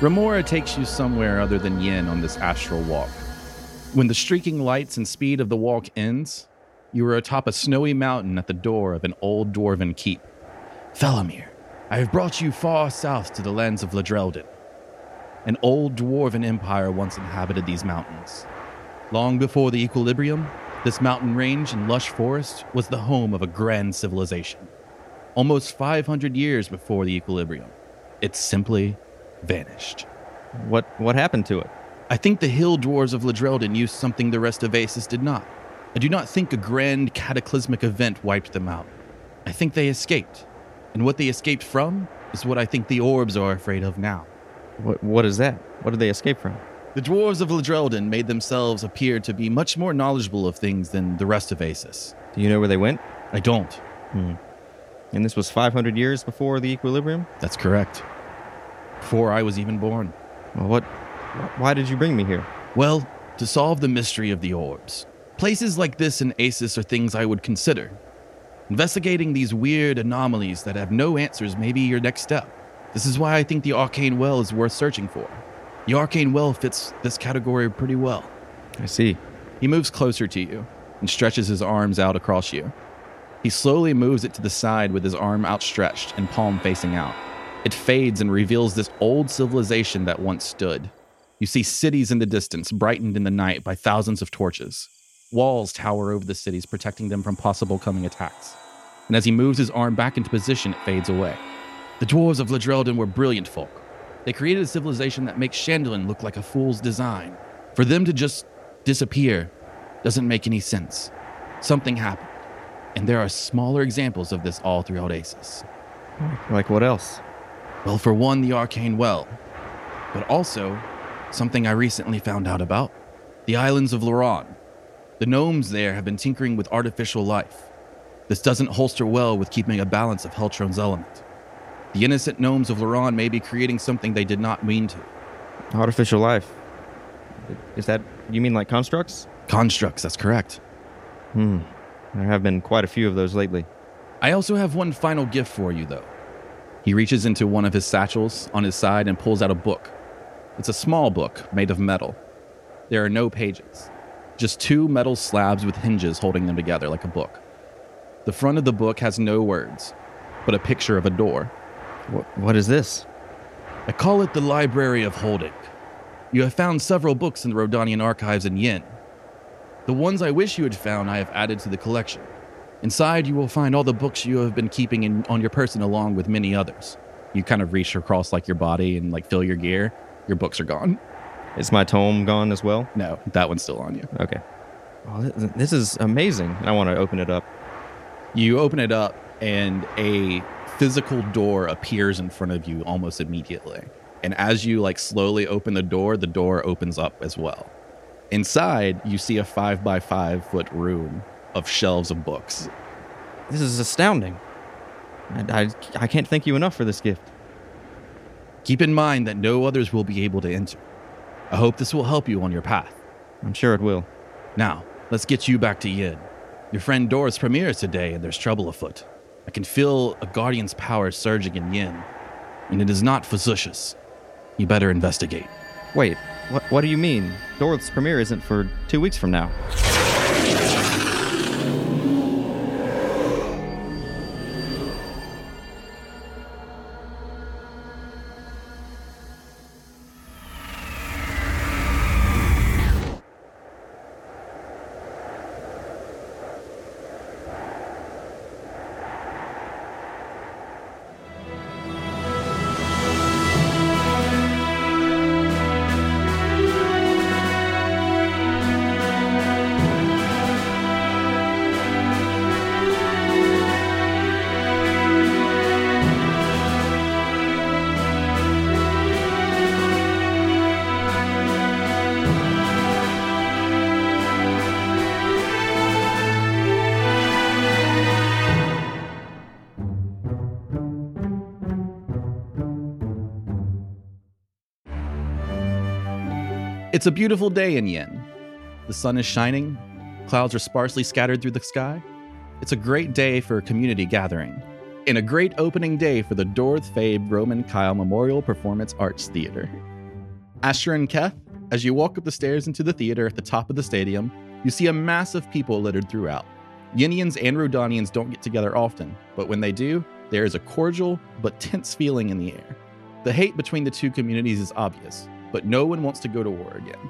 Remora takes you somewhere other than Yin on this astral walk. When the streaking lights and speed of the walk ends, you are atop a snowy mountain at the door of an old dwarven keep. Felomir, I have brought you far south to the lands of Ladreldin. An old dwarven empire once inhabited these mountains. Long before the equilibrium, this mountain range and lush forest was the home of a grand civilization. Almost 500 years before the equilibrium, it simply vanished. What what happened to it? I think the hill dwarves of Ladreldin used something the rest of Aces did not. I do not think a grand cataclysmic event wiped them out. I think they escaped. And what they escaped from is what I think the orbs are afraid of now. What what is that? What did they escape from? The dwarves of Ladreldin made themselves appear to be much more knowledgeable of things than the rest of Aces. Do you know where they went? I don't. Hmm. And this was 500 years before the equilibrium. That's correct. Before I was even born. Well, what? Why did you bring me here? Well, to solve the mystery of the orbs. Places like this in Aces are things I would consider. Investigating these weird anomalies that have no answers may be your next step. This is why I think the Arcane Well is worth searching for. The Arcane Well fits this category pretty well. I see. He moves closer to you and stretches his arms out across you. He slowly moves it to the side with his arm outstretched and palm facing out. It fades and reveals this old civilization that once stood. You see cities in the distance, brightened in the night by thousands of torches. Walls tower over the cities, protecting them from possible coming attacks. And as he moves his arm back into position, it fades away. The dwarves of Ladreldin were brilliant folk. They created a civilization that makes Chandelin look like a fool's design. For them to just disappear doesn't make any sense. Something happened. And there are smaller examples of this all throughout Aces. Like what else? Well, for one, the Arcane Well, but also something I recently found out about the islands of Loran. The gnomes there have been tinkering with artificial life. This doesn't holster well with keeping a balance of Heltron's element. The innocent gnomes of Loran may be creating something they did not mean to. Artificial life. Is that you mean like constructs? Constructs, that's correct. Hmm. There have been quite a few of those lately. I also have one final gift for you, though. He reaches into one of his satchels on his side and pulls out a book. It's a small book made of metal. There are no pages, just two metal slabs with hinges holding them together like a book. The front of the book has no words, but a picture of a door. What, what is this? I call it the Library of Holding. You have found several books in the Rodanian archives in Yin. The ones I wish you had found, I have added to the collection. Inside, you will find all the books you have been keeping in, on your person, along with many others. You kind of reach across like your body and like fill your gear. Your books are gone. Is my tome gone as well? No, that one's still on you. Okay. Oh, th- this is amazing. And I want to open it up. You open it up, and a physical door appears in front of you almost immediately. And as you like slowly open the door, the door opens up as well. Inside, you see a five by five foot room of shelves of books. This is astounding. I, I, I can't thank you enough for this gift. Keep in mind that no others will be able to enter. I hope this will help you on your path. I'm sure it will. Now, let's get you back to Yin. Your friend Doris premieres today, and there's trouble afoot. I can feel a guardian's power surging in Yin, and it is not facetious. You better investigate. Wait, what, what do you mean? Doris' premiere isn't for two weeks from now. It's a beautiful day in Yin. The sun is shining, clouds are sparsely scattered through the sky. It's a great day for a community gathering, and a great opening day for the Dorth Fabe Roman Kyle Memorial Performance Arts Theater. Asher and Keth, as you walk up the stairs into the theater at the top of the stadium, you see a mass of people littered throughout. Yinians and Rodanians don't get together often, but when they do, there is a cordial but tense feeling in the air. The hate between the two communities is obvious, but no one wants to go to war again.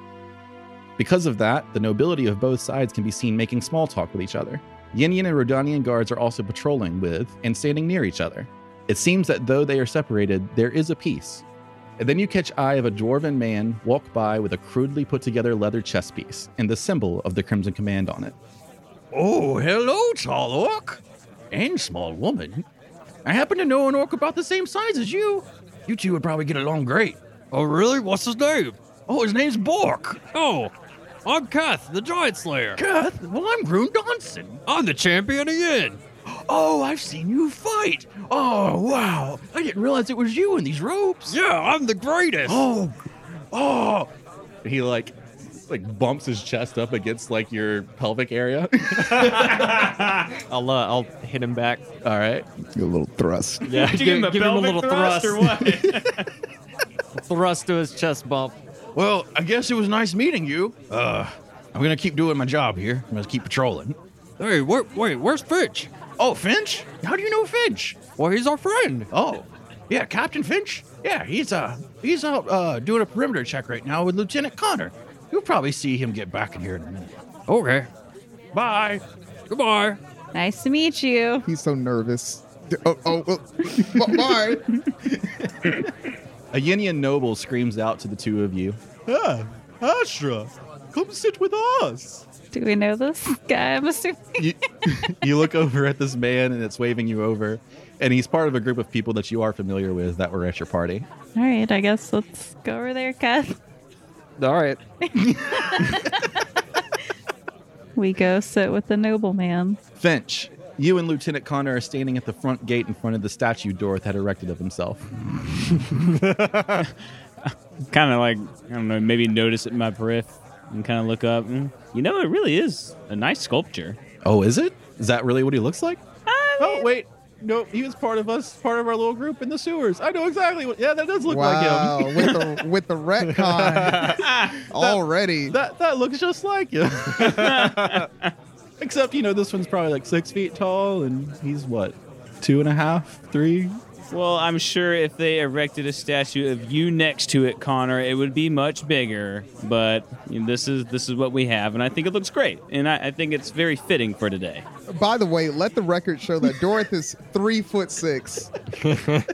Because of that, the nobility of both sides can be seen making small talk with each other. Yinian and Rodanian guards are also patrolling with and standing near each other. It seems that though they are separated, there is a peace. And then you catch eye of a dwarven man walk by with a crudely put together leather chess piece and the symbol of the Crimson Command on it. Oh, hello, tall orc. And small woman. I happen to know an orc about the same size as you. You two would probably get along great. Oh, really? What's his name? Oh, his name's Bork. Oh, I'm Kath, the Giant Slayer. Kath? Well, I'm Groom Donson. I'm the champion again. Oh, I've seen you fight. Oh, wow. I didn't realize it was you in these robes. Yeah, I'm the greatest. Oh, oh. He like like bumps his chest up against like your pelvic area. I'll uh, I'll hit him back. All right. a little thrust. Yeah, Did you give him a pelvic thrust, or what? thrust to his chest bump. Well, I guess it was nice meeting you. Uh, I'm gonna keep doing my job here. I'm gonna keep patrolling. Hey, wait, wait, where's Finch? Oh, Finch? How do you know Finch? Well, he's our friend. Oh, yeah, Captain Finch. Yeah, he's uh he's out uh doing a perimeter check right now with Lieutenant Connor. You'll probably see him get back in here in a minute. Okay, Bye. goodbye. Nice to meet you. He's so nervous. Oh, oh, oh. bye. A Yinian noble screams out to the two of you. Ah, Ashra, come sit with us. Do we know this guy? I'm assuming. You, you look over at this man and it's waving you over. And he's part of a group of people that you are familiar with that were at your party. All right, I guess let's go over there, Kath. All right. We go sit with the nobleman. Finch, you and Lieutenant Connor are standing at the front gate in front of the statue Doroth had erected of himself. kind of like I don't know, maybe notice it in my periph and kind of look up. Mm, you know, it really is a nice sculpture. Oh, is it? Is that really what he looks like? oh, wait. Nope, he was part of us, part of our little group in the sewers. I know exactly what. Yeah, that does look wow, like him. with the with the retcon already. That that looks just like him. Except, you know, this one's probably like six feet tall, and he's what, two and a half, three? Well, I'm sure if they erected a statue of you next to it, Connor, it would be much bigger. But you know, this is this is what we have, and I think it looks great, and I, I think it's very fitting for today. By the way, let the record show that Dorothy is three foot six.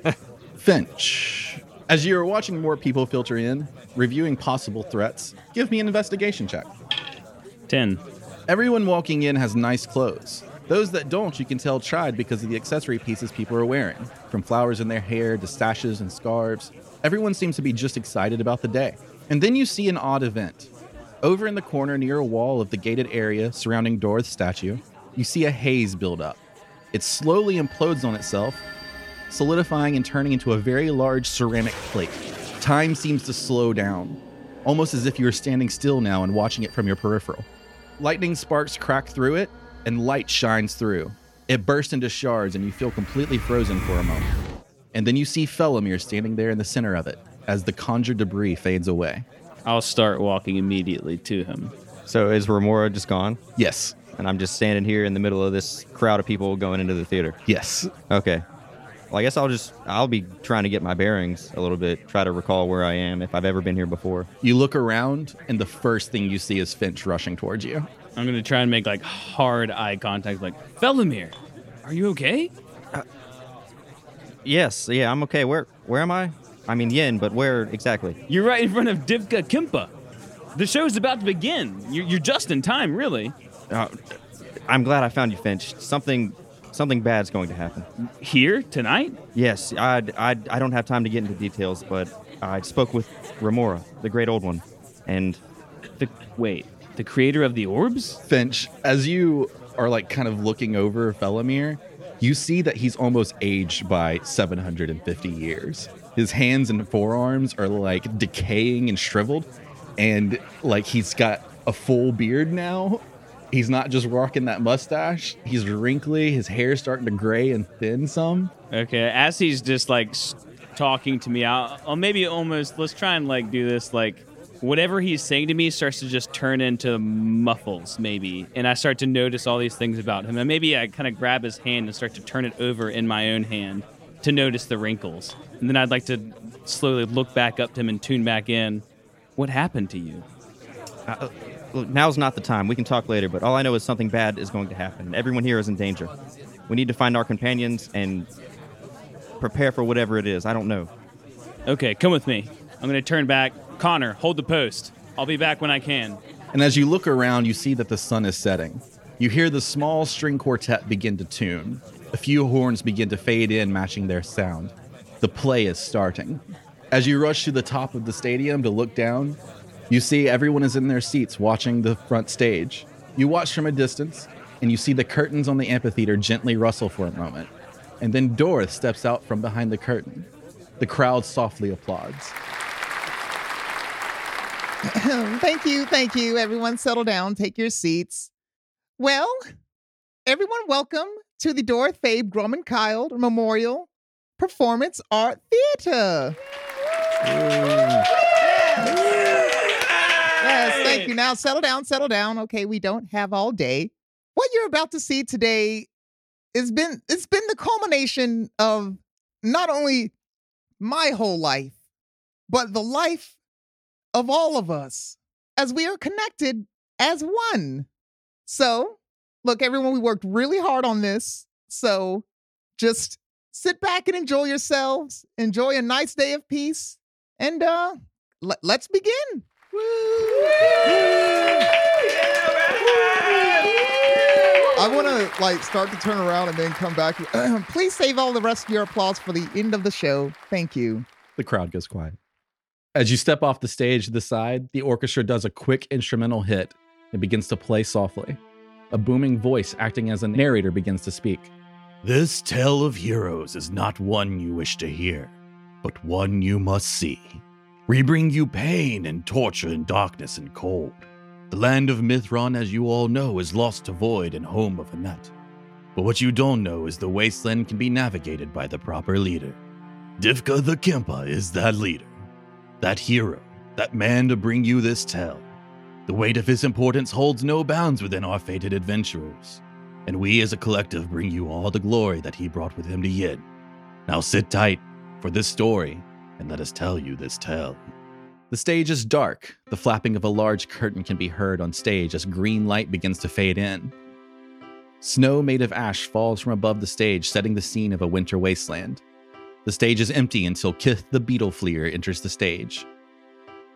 Finch. As you are watching more people filter in, reviewing possible threats, give me an investigation check. Ten. Everyone walking in has nice clothes. Those that don't, you can tell tried because of the accessory pieces people are wearing, from flowers in their hair to sashes and scarves. Everyone seems to be just excited about the day. And then you see an odd event. Over in the corner near a wall of the gated area surrounding Doroth's statue, you see a haze build up. It slowly implodes on itself, solidifying and turning into a very large ceramic plate. Time seems to slow down, almost as if you were standing still now and watching it from your peripheral. Lightning sparks crack through it, and light shines through. It bursts into shards, and you feel completely frozen for a moment. And then you see Felomir standing there in the center of it as the conjured debris fades away. I'll start walking immediately to him. So is Remora just gone? Yes, And I'm just standing here in the middle of this crowd of people going into the theater. yes. Okay. Well, I guess I'll just I'll be trying to get my bearings a little bit, try to recall where I am if I've ever been here before. You look around, and the first thing you see is Finch rushing towards you. I'm gonna try and make like hard eye contact, like Felomir, are you okay? Yes, yeah, I'm okay. Where where am I? I mean Yin, but where exactly? You're right in front of Divka Kimpa. The show's about to begin. You're, you're just in time, really. Uh, I'm glad I found you, Finch. Something something bad's going to happen. Here tonight? Yes, I I I don't have time to get into details, but I spoke with Remora, the great old one, and The wait, the creator of the orbs? Finch, as you are like kind of looking over Felomir, you see that he's almost aged by 750 years. His hands and forearms are like decaying and shriveled, and like he's got a full beard now. He's not just rocking that mustache. He's wrinkly. His hair's starting to gray and thin some. Okay, as he's just like s- talking to me. I'll, I'll maybe almost let's try and like do this like whatever he's saying to me starts to just turn into muffles maybe, and I start to notice all these things about him. And maybe I kind of grab his hand and start to turn it over in my own hand to notice the wrinkles, and then I'd like to slowly look back up to him and tune back in. What happened to you? Look, Uh, now's not the time. We can talk later, but all I know is something bad is going to happen. Everyone here is in danger. We need to find our companions and prepare for whatever it is. I don't know. Okay, come with me. I'm gonna turn back. Connor, hold the post. I'll be back when I can. And as you look around, you see that the sun is setting. You hear the small string quartet begin to tune. A few horns begin to fade in, matching their sound. The play is starting. As you rush to the top of the stadium to look down, you see everyone is in their seats watching the front stage. You watch from a distance, and you see the curtains on the amphitheater gently rustle for a moment. And then Doroth steps out from behind the curtain. The crowd softly applauds. thank you, thank you. Everyone, settle down, take your seats. Well, everyone, welcome to the Dorothy Fabe Grumman Kyle Memorial Performance Art Theater. Yes, thank you. Now, settle down, settle down. Okay, we don't have all day. What you're about to see today has been it's been the culmination of not only my whole life, but the life of all of us as we are connected as one. So, look, everyone, we worked really hard on this. So, just sit back and enjoy yourselves. Enjoy a nice day of peace. And uh, le- let's begin. I want to like start to turn around and then come back. Please save all the rest of your applause for the end of the show. Thank you. The crowd goes quiet. As you step off the stage to the side, the orchestra does a quick instrumental hit and begins to play softly. A booming voice acting as a narrator begins to speak. This tale of heroes is not one you wish to hear, but one you must see. We bring you pain and torture and darkness and cold. The land of Mithron, as you all know, is lost to void and home of Annette. But what you don't know is the wasteland can be navigated by the proper leader. Divka the Kempa is that leader, that hero, that man to bring you this tale. The weight of his importance holds no bounds within our fated adventurers and we as a collective bring you all the glory that he brought with him to Yin. Now sit tight for this story and let us tell you this tale. The stage is dark. The flapping of a large curtain can be heard on stage as green light begins to fade in. Snow made of ash falls from above the stage, setting the scene of a winter wasteland. The stage is empty until Kith the Beetle Fleer enters the stage.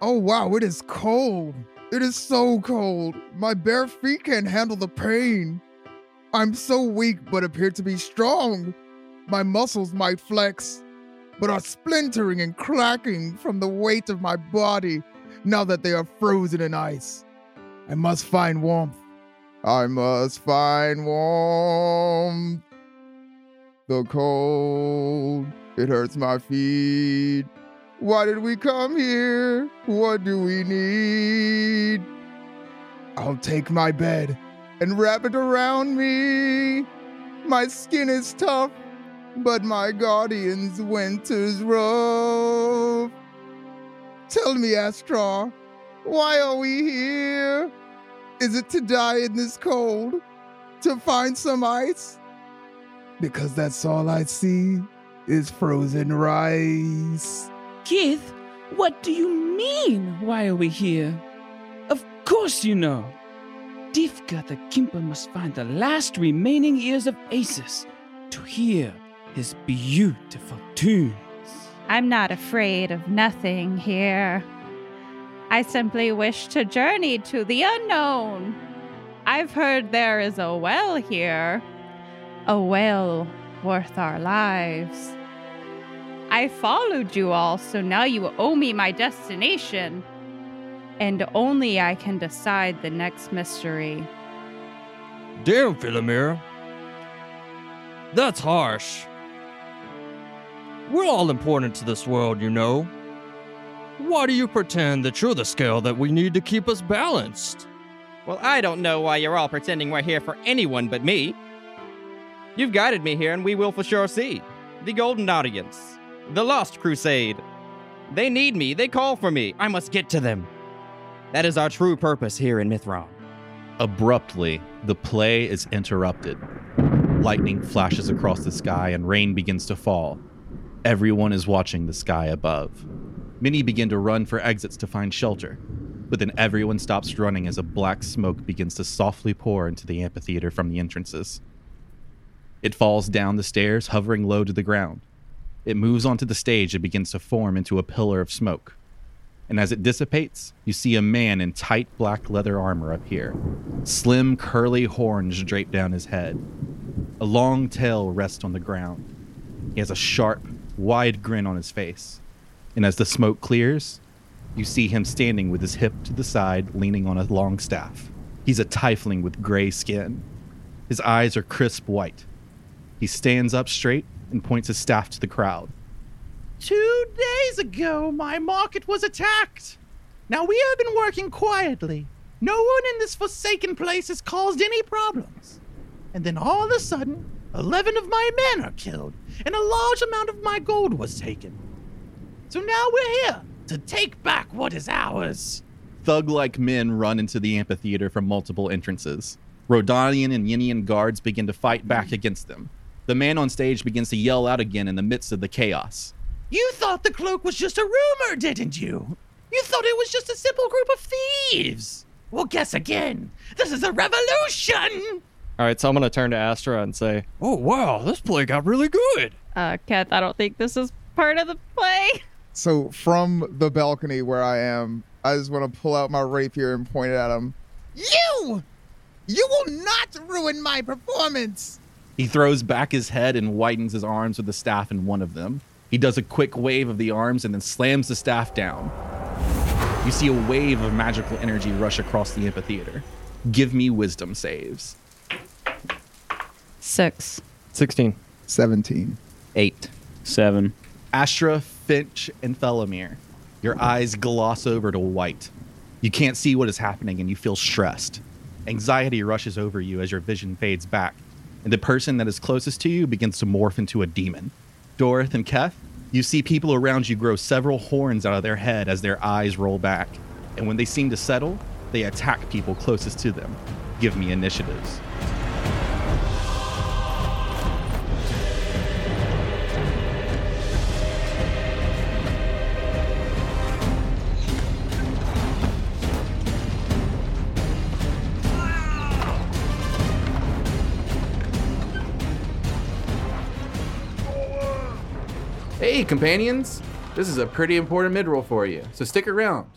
Oh wow, it is cold. It is so cold. My bare feet can't handle the pain. I'm so weak but appear to be strong. My muscles might flex, but are splintering and cracking from the weight of my body now that they are frozen in ice. I must find warmth. I must find warmth. The cold, it hurts my feet. Why did we come here? What do we need? I'll take my bed and wrap it around me. My skin is tough, but my guardian's winter's rough. Tell me, Astra, why are we here? Is it to die in this cold? To find some ice? Because that's all I see is frozen rice. Keith, what do you mean? Why are we here? Of course you know. Divka the Kimpa must find the last remaining ears of Asus to hear his beautiful tune. I'm not afraid of nothing here. I simply wish to journey to the unknown. I've heard there is a well here, a well worth our lives. I followed you all, so now you owe me my destination. And only I can decide the next mystery. Damn, Philomere. That's harsh. We're all important to this world, you know. Why do you pretend that you're the scale that we need to keep us balanced? Well, I don't know why you're all pretending we're here for anyone but me. You've guided me here, and we will for sure see. The Golden Audience. The Lost Crusade. They need me. They call for me. I must get to them. That is our true purpose here in Mithron. Abruptly, the play is interrupted. Lightning flashes across the sky and rain begins to fall. Everyone is watching the sky above. Many begin to run for exits to find shelter, but then everyone stops running as a black smoke begins to softly pour into the amphitheater from the entrances. It falls down the stairs, hovering low to the ground. It moves onto the stage and begins to form into a pillar of smoke. And as it dissipates, you see a man in tight black leather armor appear. Slim, curly horns drape down his head. A long tail rests on the ground. He has a sharp, wide grin on his face. And as the smoke clears, you see him standing with his hip to the side, leaning on a long staff. He's a tiefling with gray skin. His eyes are crisp white. He stands up straight and points his staff to the crowd. Two days ago, my market was attacked. Now we have been working quietly. No one in this forsaken place has caused any problems. And then all of a sudden, 11 of my men are killed, and a large amount of my gold was taken. So now we're here to take back what is ours. Thug like men run into the amphitheater from multiple entrances. Rodanian and Yinian guards begin to fight back against them. The man on stage begins to yell out again in the midst of the chaos. You thought the cloak was just a rumor, didn't you? You thought it was just a simple group of thieves. Well, guess again. This is a revolution. All right, so I'm going to turn to Astra and say, Oh, wow, this play got really good. Uh, Keth, I don't think this is part of the play. So from the balcony where I am, I just want to pull out my rapier and point it at him. You! You will not ruin my performance! He throws back his head and widens his arms with the staff in one of them. He does a quick wave of the arms and then slams the staff down. You see a wave of magical energy rush across the amphitheater. Give me wisdom saves. Six. 16. 17. Eight. Seven. Astra, Finch, and Thelomir. Your eyes gloss over to white. You can't see what is happening and you feel stressed. Anxiety rushes over you as your vision fades back, and the person that is closest to you begins to morph into a demon. Doroth and Keth, you see people around you grow several horns out of their head as their eyes roll back, and when they seem to settle, they attack people closest to them. Give me initiatives. Hey, companions! This is a pretty important midroll for you, so stick around.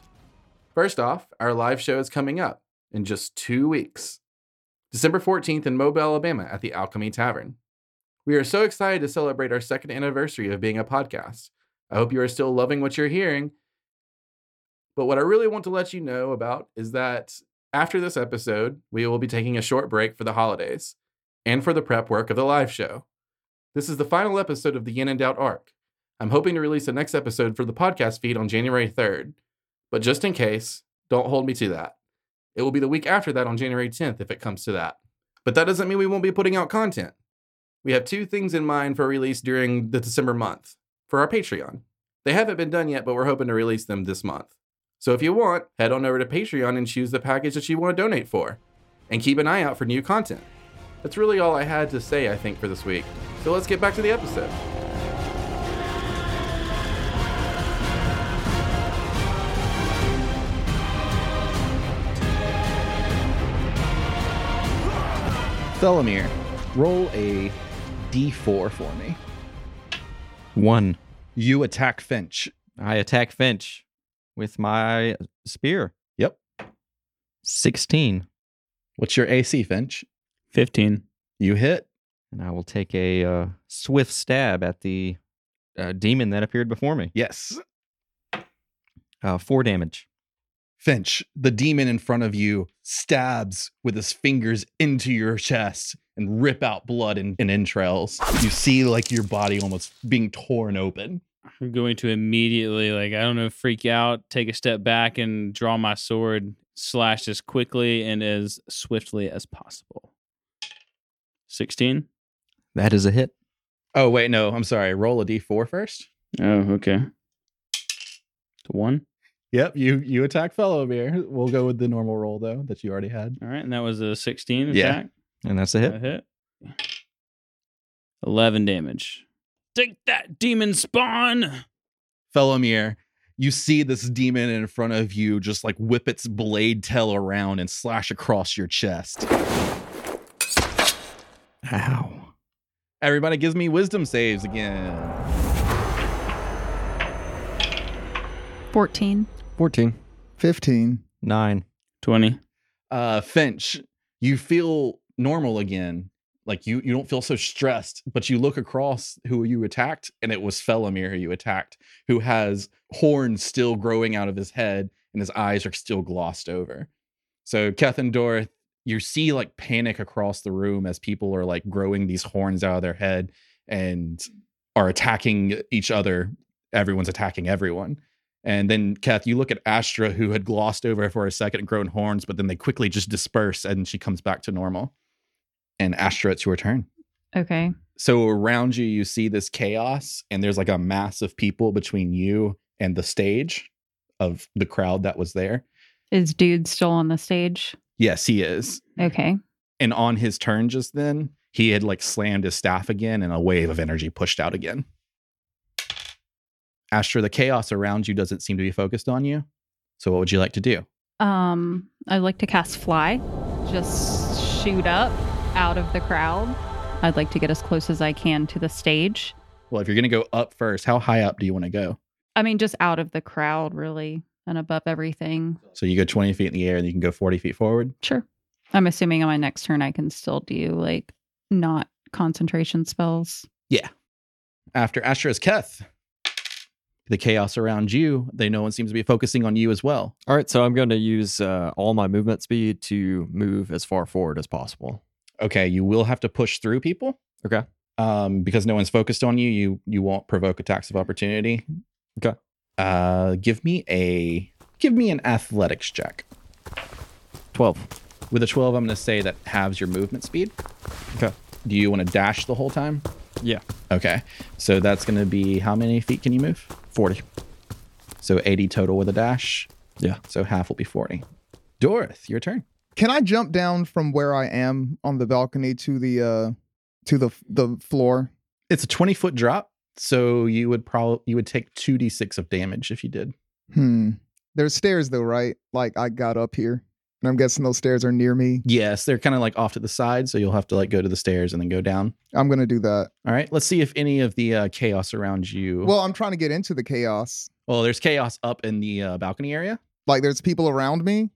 First off, our live show is coming up in just two weeks December 14th in Mobile, Alabama at the Alchemy Tavern. We are so excited to celebrate our second anniversary of being a podcast. I hope you are still loving what you're hearing. But what I really want to let you know about is that after this episode, we will be taking a short break for the holidays and for the prep work of the live show. This is the final episode of the Yin and Doubt arc. I'm hoping to release the next episode for the podcast feed on January 3rd. But just in case, don't hold me to that. It will be the week after that on January 10th if it comes to that. But that doesn't mean we won't be putting out content. We have two things in mind for release during the December month for our Patreon. They haven't been done yet, but we're hoping to release them this month. So if you want, head on over to Patreon and choose the package that you want to donate for. And keep an eye out for new content. That's really all I had to say, I think, for this week. So let's get back to the episode. Thelomir, roll a d4 for me. One. You attack Finch. I attack Finch with my spear. Yep. 16. What's your AC, Finch? 15. You hit. And I will take a uh, swift stab at the uh, demon that appeared before me. Yes. Uh, four damage. Finch, the demon in front of you, stabs with his fingers into your chest and rip out blood and, and entrails. You see, like, your body almost being torn open. I'm going to immediately, like, I don't know, freak out, take a step back and draw my sword, slash as quickly and as swiftly as possible. 16. That is a hit. Oh, wait, no, I'm sorry. Roll a d4 first. Oh, okay. To one. Yep, you you attack fellow bear. We'll go with the normal roll though that you already had. All right, and that was a 16 Yeah. attack. And that's a hit. A hit. 11 damage. Take that, demon spawn! Felomir, you see this demon in front of you just like whip its blade tail around and slash across your chest. Ow. Everybody gives me wisdom saves again. 14. 14. 15. 9. 20. Uh Finch, you feel normal again. Like you you don't feel so stressed, but you look across who you attacked, and it was Felomir who you attacked, who has horns still growing out of his head and his eyes are still glossed over. So Keth and Dorth, you see like panic across the room as people are like growing these horns out of their head and are attacking each other. Everyone's attacking everyone. And then Kath, you look at Astra, who had glossed over for a second and grown horns, but then they quickly just disperse and she comes back to normal. And Astra, it's your turn. Okay. So around you, you see this chaos, and there's like a mass of people between you and the stage of the crowd that was there. Is dude still on the stage? Yes, he is. Okay. And on his turn just then, he had like slammed his staff again and a wave of energy pushed out again. Astra, the chaos around you doesn't seem to be focused on you. So what would you like to do? Um, I'd like to cast fly. Just shoot up out of the crowd. I'd like to get as close as I can to the stage. Well, if you're going to go up first, how high up do you want to go? I mean, just out of the crowd, really, and above everything. So you go 20 feet in the air and you can go 40 feet forward. Sure. I'm assuming on my next turn I can still do like not concentration spells. Yeah. After Astra's Keth, the chaos around you, they no one seems to be focusing on you as well. All right, so I'm going to use uh, all my movement speed to move as far forward as possible. Okay, you will have to push through people. Okay. Um, because no one's focused on you, you you won't provoke attacks of opportunity. Okay. Uh, give me a give me an athletics check. 12. With a 12, I'm going to say that halves your movement speed. Okay. Do you want to dash the whole time? Yeah. Okay. So that's going to be how many feet can you move? 40. So 80 total with a dash. Yeah. So half will be 40. Dorith, your turn. Can I jump down from where I am on the balcony to the uh to the the floor? It's a 20 foot drop. So you would probably you would take 2d6 of damage if you did. Hmm. There's stairs though, right? Like I got up here. And I'm guessing those stairs are near me. Yes, they're kind of like off to the side, so you'll have to like go to the stairs and then go down. I'm gonna do that. All right, let's see if any of the uh, chaos around you. Well, I'm trying to get into the chaos. well, there's chaos up in the uh, balcony area. Like there's people around me.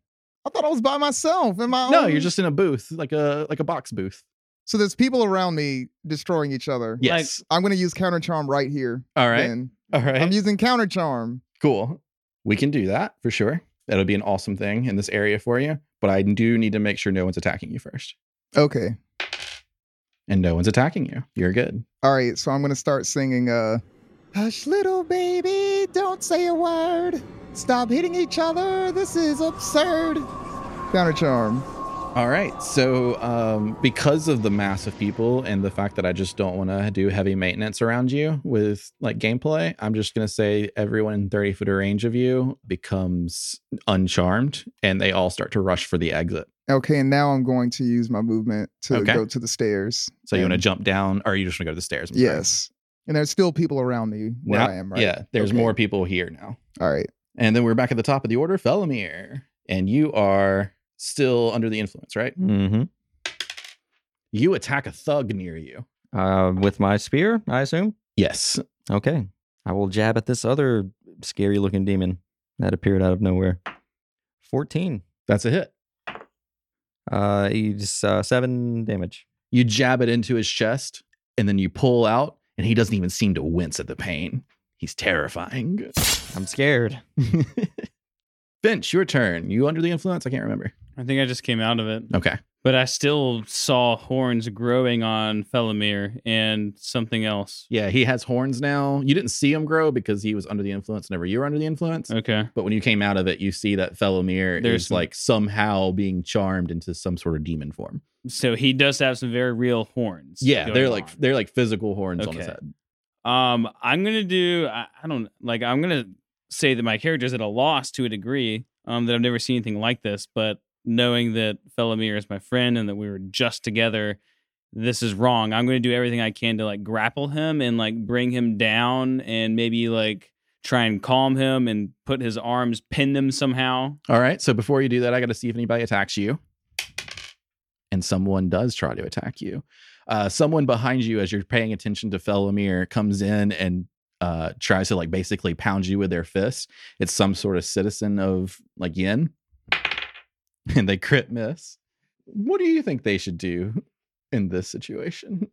I thought I was by myself in my No, own- you're just in a booth, like a like a box booth. So there's people around me destroying each other. Yes. I'm gonna use counter charm right here. All right. then. All right. I'm using counter charm. Cool. We can do that for sure. That'll be an awesome thing in this area for you. But I do need to make sure no one's attacking you first. Okay. And no one's attacking you. You're good. All right, so I'm gonna start singing. Uh, Hush, little baby, don't say a word. Stop hitting each other. This is absurd. counter charm. All right. So, um, because of the mass of people and the fact that I just don't want to do heavy maintenance around you with like gameplay, I'm just going to say everyone in 30 foot of range of you becomes uncharmed and they all start to rush for the exit. Okay, and now I'm going to use my movement to Okay. go to the stairs. So, you want to And- jump down or you just want to go to the stairs? I'm sorry. Yes, and there's still people around me where Now- I am. Right. Yeah. There's Okay. more people here now. All right. And then we're back at the top of the order, Felomir. And you are still under the influence, right? Mm-hmm. You attack a thug near you. Uh, with my spear, I assume? Yes. Okay. I will jab at this other scary looking demon that appeared out of nowhere. 14. That's a hit. Uh, he's uh, seven damage. You jab it into his chest and then you pull out, and he doesn't even seem to wince at the pain. He's terrifying. I'm scared. Finch, your turn. You under the influence? I can't remember. I think I just came out of it. Okay. But I still saw horns growing on Felomir and something else. Yeah, he has horns now. You didn't see him grow because he was under the influence whenever you were under the influence. Okay. But when you came out of it, you see that Felomir There's is some- like somehow being charmed into some sort of demon form. So he does have some very real horns. Yeah, going they're like on. they're like physical horns on his Okay. head. Um, I'm gonna do. I, I don't like. I'm gonna say that my character's at a loss to a degree. Um, that I've never seen anything like this. But knowing that Felomir is my friend and that we were just together, this is wrong. I'm gonna do everything I can to like grapple him and like bring him down and maybe like try and calm him and put his arms pin them somehow. All right. So before you do that, I got to see if anybody attacks you. And someone does try to attack you. Uh, someone behind you, as you're paying attention to Felomir, comes in and uh, tries to like basically pound you with their fist. It's some sort of citizen of like Yin, and they crit miss. What do you think they should do in this situation?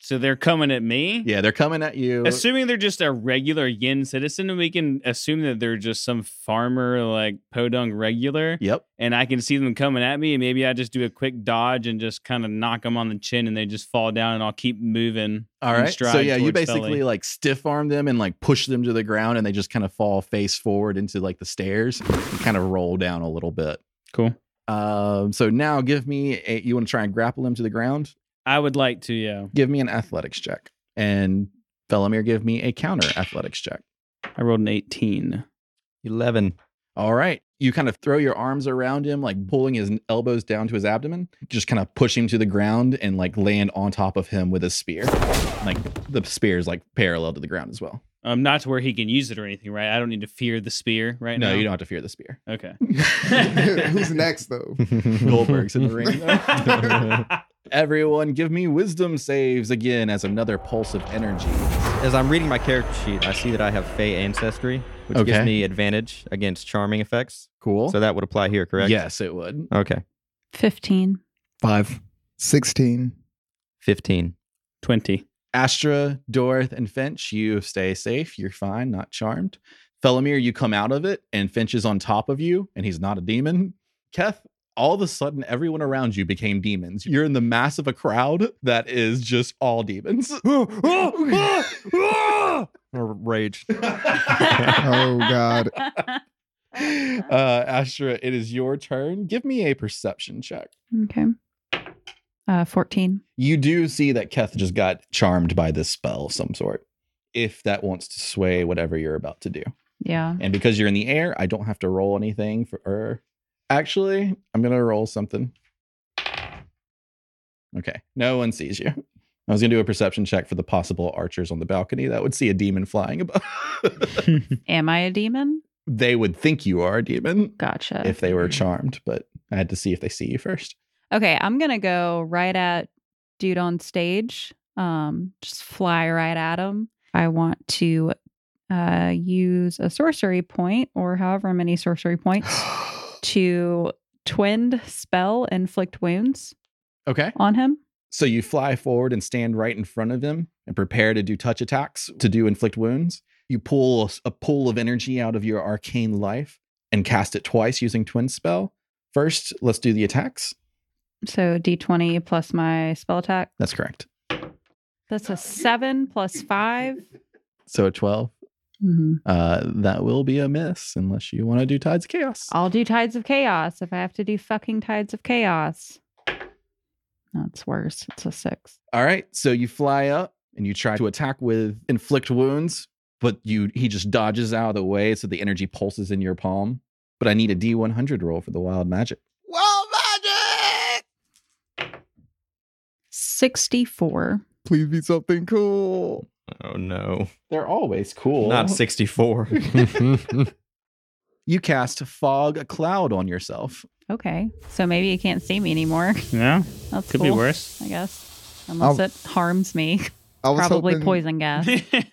So they're coming at me. Yeah, they're coming at you. Assuming they're just a regular yin citizen, we can assume that they're just some farmer like podunk regular. Yep. And I can see them coming at me. And maybe I just do a quick dodge and just kind of knock them on the chin and they just fall down and I'll keep moving. All in right. So stride yeah, you towards Felly. basically like stiff arm them and like push them to the ground, and they just kind of fall face forward into like the stairs and kind of roll down a little bit. Cool. Um. So now, give me a, you want to try and grapple them to the ground. I would like to, yeah. Give me an athletics check, and Felomir, give me a counter athletics check. I rolled an eighteen. 11. All right. You kind of throw your arms around him, like pulling his elbows down to his abdomen, just kind of push him to the ground and like land on top of him with a spear. Like the spear is like parallel to the ground as well. Um, not to where he can use it or anything, right? I don't need to fear the spear, right? no, now. you don't have to fear the spear. Okay. Who's next, though? Goldberg's in the ring. though. Everyone, give me wisdom saves again as another pulse of energy. As I'm reading my character sheet, I see that I have Fey ancestry, which gives Okay. me advantage against charming effects. Cool. So that would apply here, correct? Yes, it would. Okay. 15. Five. 16. 15. Twenty. Astra, Dorth, and Finch, you stay safe. You're fine, not charmed. Felomir, you come out of it, and Finch is on top of you, and he's not a demon. Keth, all of a sudden, everyone around you became demons. You're in the mass of a crowd that is just all demons. Rage. Oh, God. Uh, Astra, it is your turn. Give me a perception check. Okay. Uh, 14. You do see that Keth just got charmed by this spell of some sort, if that wants to sway whatever you're about to do. Yeah. And because you're in the air, I don't have to roll anything for er. Actually, I'm gonna roll something. Okay, no one sees you. I was gonna do a perception check for the possible archers on the balcony that would see a demon flying above. Am I a demon? they would think you are a demon Gotcha. if they were charmed, but I had to see if they see you first. Okay, I'm gonna go right at dude on stage. Um, just fly right at him. I want to uh use a sorcery point or however many sorcery points to twinned spell inflict wounds Okay. on him. So you fly forward and stand right in front of him and prepare to do touch attacks to do inflict wounds. You pull a, a pool of energy out of your arcane life and cast it twice using twin spell. First, let's do the attacks. So D20 plus my spell attack. That's correct. That's a seven plus five. So a 12. Mhm. Uh, that will be a miss unless you want to do Tides of Chaos. I'll do tides of chaos if I have to do fucking tides of chaos. That's worse. It's a six. All right. So you fly up and you try to attack with inflict wounds, but you he just dodges out of the way so the energy pulses in your palm. But I need a D100 roll for the wild magic. Well, magic! 64. Please be something cool. Oh, no. They're always cool. Not 64. you cast fog a cloud on yourself. Okay. So maybe you can't see me anymore. Yeah. That's Could be cool, worse. I guess. Unless I'll- it harms me. I was Probably hoping- poison gas.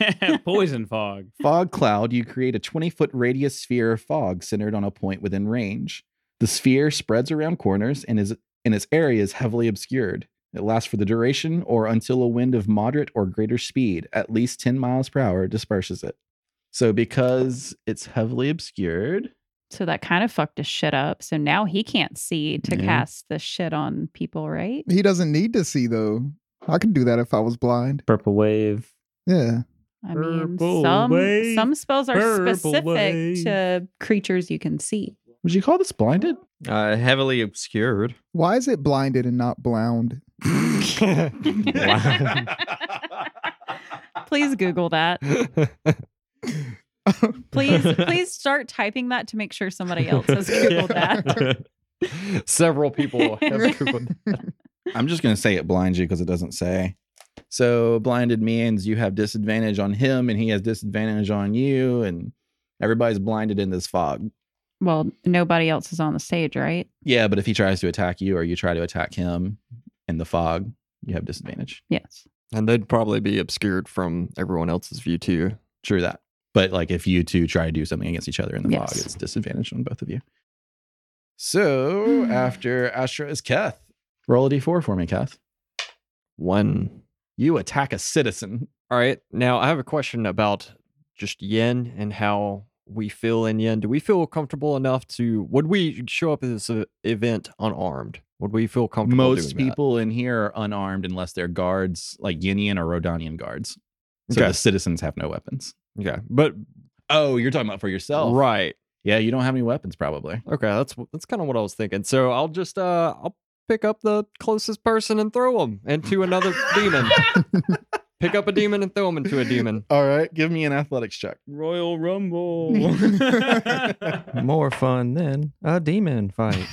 Poison fog. Fog cloud, you create a 20 foot radius sphere of fog centered on a point within range. The sphere spreads around corners and is and its area is heavily obscured. It lasts for the duration or until a wind of moderate or greater speed, at least 10 miles per hour, disperses it. So because it's heavily obscured, so that kind of fucked his shit up. So now he can't see to Yeah. cast the shit on people, right? He doesn't need to see, though. I could do that if I was blind. Purple wave. Yeah. I mean, Purple some wave, some spells are purple specific wave. to creatures you can see. would you call this blinded? Uh, heavily obscured. Why is it blinded and not blound? Wow. Please Google that. Please, please start typing that to make sure somebody else has Googled that. Several people have Googled I'm just going to say it blinds you because it doesn't say. So blinded means you have disadvantage on him and he has disadvantage on you and everybody's blinded in this fog. Well, nobody else is on the stage, right? Yeah, but if he tries to attack you or you try to attack him in the fog, you have disadvantage. Yes. And they'd probably be obscured from everyone else's view too. True that. But like if you two try to do something against each other in the fog, Yes. it's disadvantage on both of you. So after Astra is Keth. Roll a d4 for me, Kath. One. You attack a citizen. All right. Now I have a question about just Yen and how we feel in Yen. Do we feel comfortable enough to? Would we show up at this uh, event unarmed? Would we feel comfortable? Most doing that? people in here are unarmed unless they're guards, like Yinian or Rodanian guards. So Okay. the citizens have no weapons. Okay, but oh, you're talking about for yourself, right? Yeah, you don't have any weapons, probably. Okay, that's that's kind of what I was thinking. So I'll just uh I'll pick up the closest person and throw him into another demon. pick up a demon and throw him into a demon. All right, give me an athletics check. Royal Rumble. More fun than a demon fight.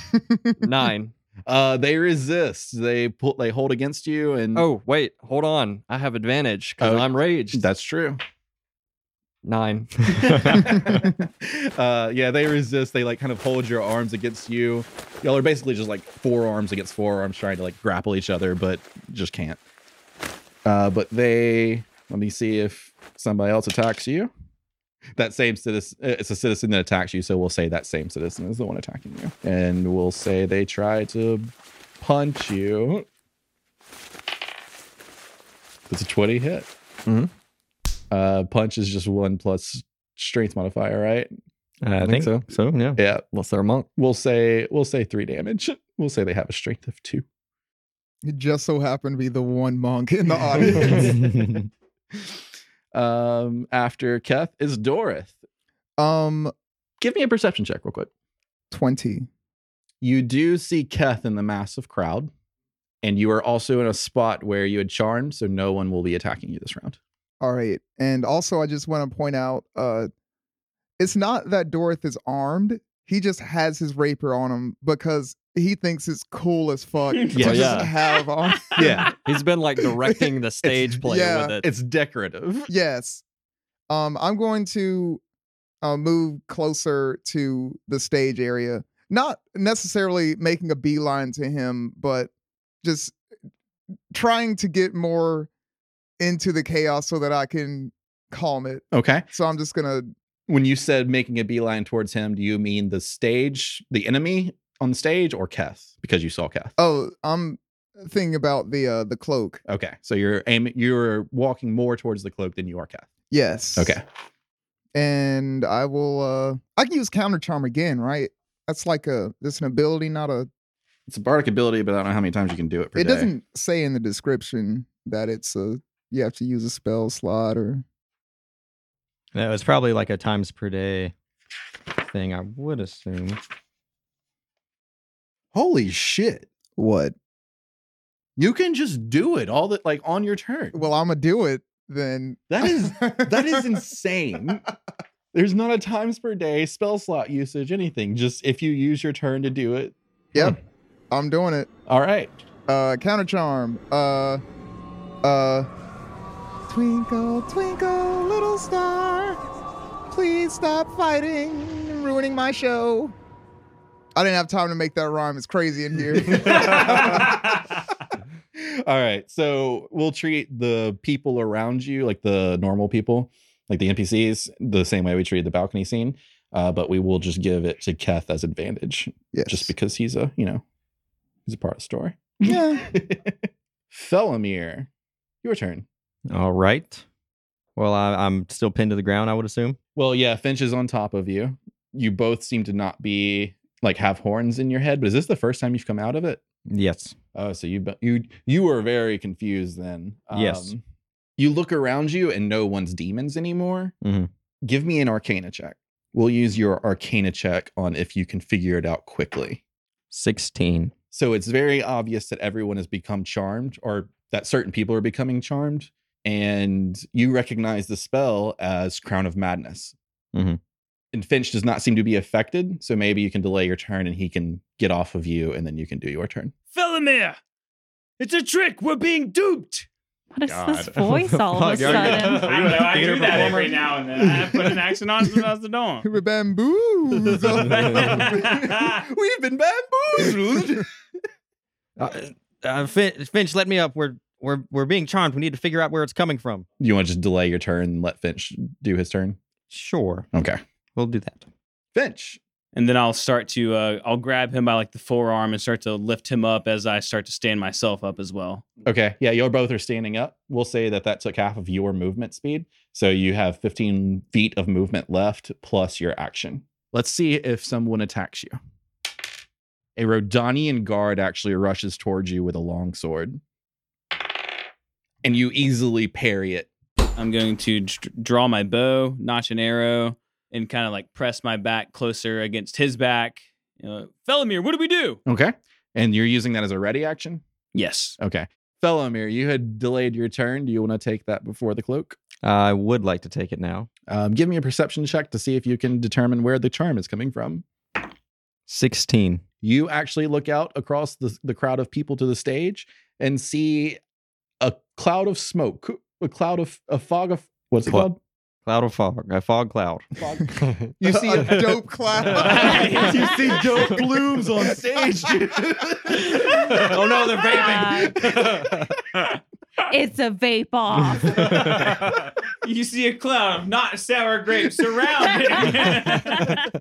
Nine. Uh, they resist. They pull. They hold against you. And Oh, oh wait, hold on. I have advantage because I'm raged. That's true. Nine. uh, yeah, they resist. They like kind of hold your arms against you. Y'all are basically just like forearms against forearms, trying to like grapple each other, but just can't. Uh, but they let me see if somebody else attacks you. That same citizen, uh, it's a citizen that attacks you, so we'll say that same citizen is the one attacking you, and we'll say they try to punch you. It's a twenty hit. Mm-hmm. Mhm. Uh, punch is just one plus strength modifier, right? I think so. So yeah. Yeah. Unless they're a monk. We'll say we'll say three damage. We'll say they have a strength of two. It just so happened to be the one monk in the audience. um, after Keth is Dorith. Um, give me a perception check real quick. 20. You do see Keth in the massive crowd, and you are also in a spot where you had charmed, so no one will be attacking you this round. All right. And also I just want to point out uh it's not that Dorth is armed. He just has his rapier on him because he thinks it's cool as fuck to Yeah. just Yeah. have on. Yeah. He's been like directing the stage player yeah. with it. It's decorative. Yes. Um, I'm going to uh, move closer to the stage area. Not necessarily making a beeline to him, but just eh, trying to get more into the chaos so that I can calm it. Okay. So I'm just gonna When you said making a beeline towards him, do you mean the stage, the enemy on the stage, or Keth? Because you saw Keth. Oh, I'm thinking about the uh the cloak. Okay. So you're aiming you're walking more towards the cloak than you are Keth. Yes. Okay. Oh. And I will uh I can use counter charm again, right? That's like a that's an ability, not a It's a bardic ability, but I don't know how many times you can do it per it day. doesn't say in the description that it's a you have to use a spell slot or That was probably like a times per day thing, I would assume. Holy shit. What? You can just do it all that like on your turn. Well, I'm gonna do it then. That is that is insane. There's not a times per day spell slot usage, anything. Just if you use your turn to do it. Hmm. Yep. I'm doing it. All right. Uh counter charm. Uh uh Twinkle, twinkle, little star. Please stop fighting and ruining my show. I didn't have time to make that rhyme. It's crazy in here. All right. So we'll treat the people around you, like the normal people, like the NPCs, the same way we treated the balcony scene. Uh, but we will just give it to Keth as advantage. Just because he's a, you know, he's a part of the story. yeah. Felomir, your turn. All right. Well, I, I'm still pinned to the ground, I would assume. Well, yeah, Finch is on top of you. You both seem to not be like have horns in your head, but is this the first time you've come out of it? Yes. Oh, so you you you were very confused then. Um, Yes. You look around you and no one's demons anymore. Mhm. Give me an Arcana check. We'll use Mm-hmm. your Arcana check on if you can figure it out quickly. 16. So it's very obvious that everyone has become charmed, or that certain people are becoming charmed, and you recognize the spell as Crown of Madness. Mhm. And Finch does not seem to be affected, so maybe you can delay your turn and he can get off of you, and then you can do your turn. Felomir! It's a trick! We're being duped! What is God. this voice all of a Fuck, are you- sudden? are you a I theater do that performer? every now and then. I put an accent on and I was doing. We've been bamboozled. Uh, uh, Fin- Finch, let me up. We're we're we're being charmed. We need to figure out where it's coming from. You want to just delay your turn and let Finch do his turn? Sure. Okay. We'll do that. Finch. And then I'll start to, uh, I'll grab him by like the forearm and start to lift him up as I start to stand myself up as well. Okay. Yeah, you both are standing up. We'll say that that took half of your movement speed. So you have 15 feet of movement left plus your action. Let's see if someone attacks you. A Rodanian guard actually rushes towards you with a long sword. And you easily parry it. I'm going to d- draw my bow, notch an arrow, and kind of like press my back closer against his back. You know, Felomir, what do we do? Okay. And you're using that as a ready action? Yes. Okay. Felomir, you had delayed your turn. Do you want to take that before the cloak? I would like to take it now. Um, give me a perception check to see if you can determine where the charm is coming from. 16. You actually look out across the, the crowd of people to the stage and see a cloud of smoke, a cloud of a fog of what's it Clo- called? Cloud of fog. A fog cloud. You see a dope cloud. you see dope blooms on stage. oh no, they're vaping. It's a vape off. You see a cloud of not sour grapes surrounding.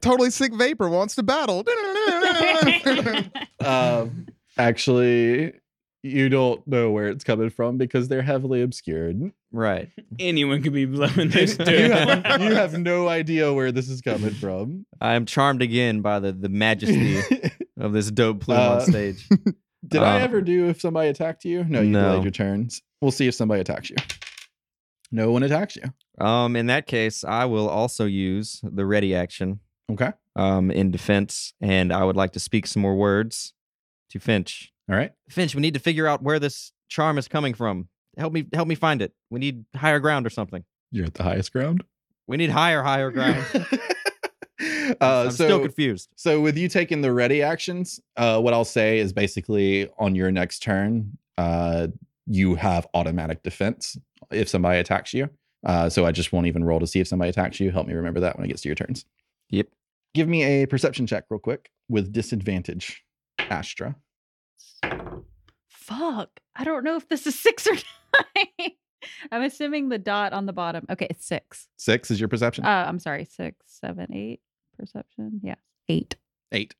totally sick vapor wants to battle. Um, actually, you don't know where it's coming from because they're heavily obscured. Right. Anyone could be blowing this you, dirt. have, you have no idea where this is coming from. I am charmed again by the, the majesty of this dope plume Uh, on stage. Did I Uh, ever do if somebody attacked you? No, you No. delayed your turns. We'll see if somebody attacks you. No one attacks you. Um, in that case, I will also use the ready action. Okay. Um, in defense, and I would like to speak some more words to Finch. All right. Finch, we need to figure out where this charm is coming from. Help me help me find it. We need higher ground or something. You're at the highest ground. We need higher, higher ground. Uh, I'm so, still confused. so with you taking the ready actions, uh, what I'll say is basically on your next turn, uh, you have automatic defense if somebody attacks you. Uh, so I just won't even roll to see if somebody attacks you. Help me remember that when it gets to your turns. Yep. Give me a perception check real quick with disadvantage, Astra. Fuck. I don't know if this is six or nine. I'm assuming the dot on the bottom. Okay, it's six. Six is your perception. Uh, I'm sorry, six, seven, eight perception. Yeah. Eight. Eight.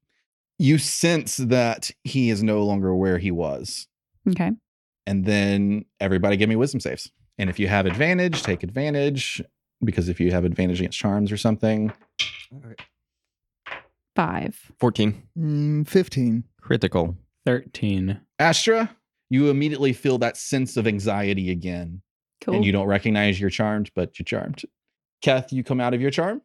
You sense that he is no longer where he was. Okay. And then everybody give me wisdom saves. And if you have advantage, take advantage because if you have advantage against charms or something, Five. 14. Mm, 15. Critical. 13. Astra, you immediately feel that sense of anxiety again. Cool. And you don't recognize you're charmed, but you're charmed. Keth, you come out of your charm.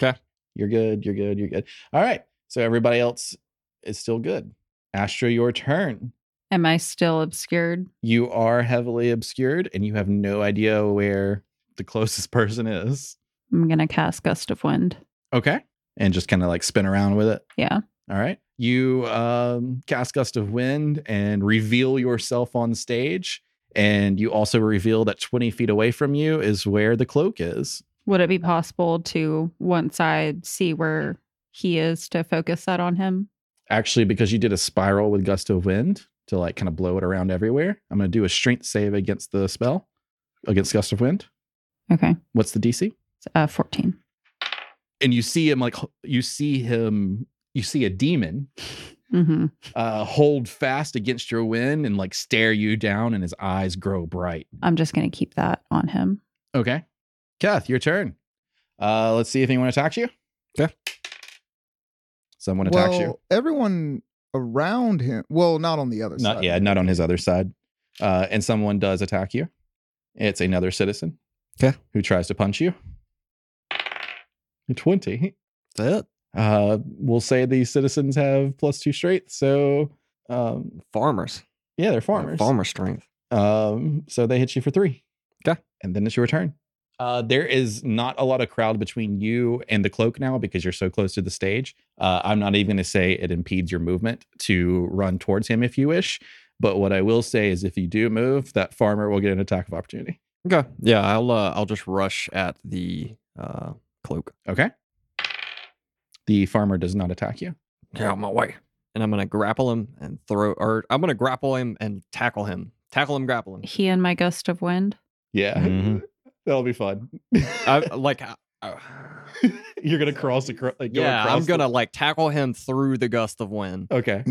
Okay. You're good. You're good. You're good. All right. So everybody else is still good. Astra, your turn. Am I still obscured? You are heavily obscured and you have no idea where the closest person is. I'm gonna cast gust of wind. Okay. And just kind of like spin around with it. Yeah. All right. You um, cast Gust of Wind and reveal yourself on stage. And you also reveal that 20 feet away from you is where the cloak is. Would it be possible to once I see where he is to focus that on him? Actually, because you did a spiral with Gust of Wind to like kind of blow it around everywhere, I'm going to do a strength save against the spell, against Gust of Wind. Okay. What's the DC? Uh, fourteen. And you see him like, h- you see him, you see a demon Mm-hmm. uh, hold fast against your wind and like stare you down, and his eyes grow bright. I'm just gonna keep that on him. Okay. Kath, your turn. Uh, let's see if anyone attacks you. Okay. Someone attacks you. Well, everyone around him. Well, not on the other Not side. yeah, not on his other side. Uh, and someone does attack you. It's another citizen. Okay. Who tries to punch you. A 20. That Uh, we'll say these citizens have plus two strength. So um, farmers. yeah, they're farmers. Farmer strength. Um, so they hit you for three. Okay. And then it's your turn. Uh, there is not a lot of crowd between you and the cloak now because you're so close to the stage. Uh, I'm not even going to say it impedes your movement to run towards him if you wish. But what I will say is if you do move, that farmer will get an attack of opportunity. Okay. Yeah, I'll uh, I'll just rush at the uh, cloak. Okay. The farmer does not attack you. Get out of my way. And I'm gonna grapple him and throw, or I'm gonna grapple him and tackle him. Tackle him, grapple him. He and my gust of wind. Yeah. Mhm. That'll be fun. I, like, I, I- You're going to cross across. Like, go yeah, I'm across the- gonna like tackle him through the gust of wind. Okay.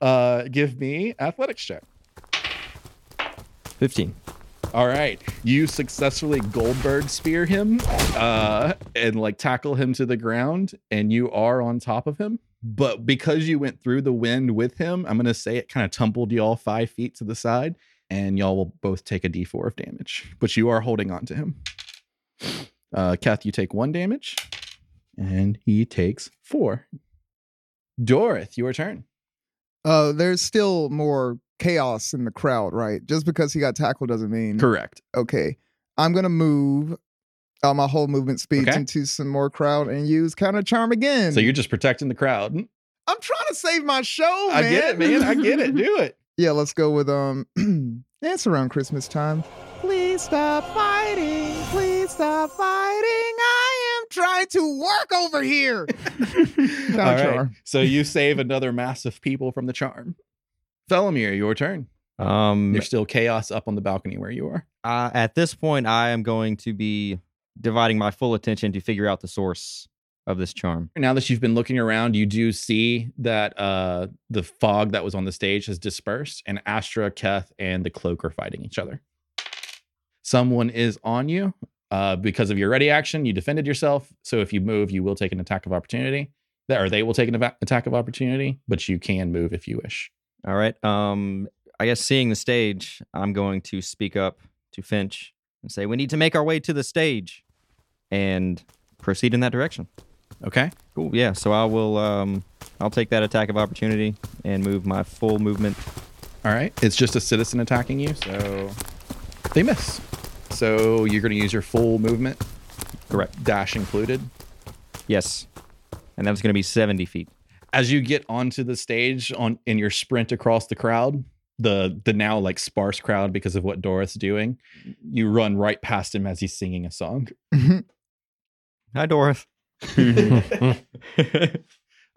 Uh, give me athletics check. Fifteen. All right, you successfully Goldberg spear him, uh, and like tackle him to the ground, and you are on top of him. But because you went through the wind with him, I'm gonna say it kind of tumbled you all five feet to the side, and y'all will both take a D4 of damage. But you are holding on to him. Uh, Kath, you take one damage, and he takes four. Dorith, your turn. Uh, there's still more chaos in the crowd, right? Just because he got tackled doesn't mean Correct. Okay, I'm gonna move uh, my whole movement speeds Okay. into some more crowd and use counter charm again. So you're just protecting the crowd. Mm, I'm trying to save my show, I get it, man. I get it. Do it. yeah, let's go with um. it's around Christmas time. Please stop fighting. Please stop fighting. I am trying to work over here. Counter All right. charm. So you save another mass of people from the charm. Felomir, your turn. Um, There's still chaos up on the balcony where you are. Uh, at this point, I am going to be dividing my full attention to figure out the source of this charm. Now that you've been looking around, you do see that uh, the fog that was on the stage has dispersed, and Astra, Keth, and the cloak are fighting each other. Someone is on you uh, because of your ready action. You defended yourself, so if you move, you will take an attack of opportunity. That or they will take an ava- attack of opportunity, but you can move if you wish. All right. Um, I guess seeing the stage, I'm going to speak up to Finch and say, "We need to make our way to the stage," and proceed in that direction. Okay. Cool. Yeah. So I will. Um, I'll take that attack of opportunity and move my full movement. All right. It's just a citizen attacking you, so they miss. So you're going to use your full movement. Correct. Dash included. Yes. And that was going to be 70 feet. As you get onto the stage on in your sprint across the crowd, the the now like sparse crowd because of what Doris doing, you run right past him as he's singing a song. Hi, Doris.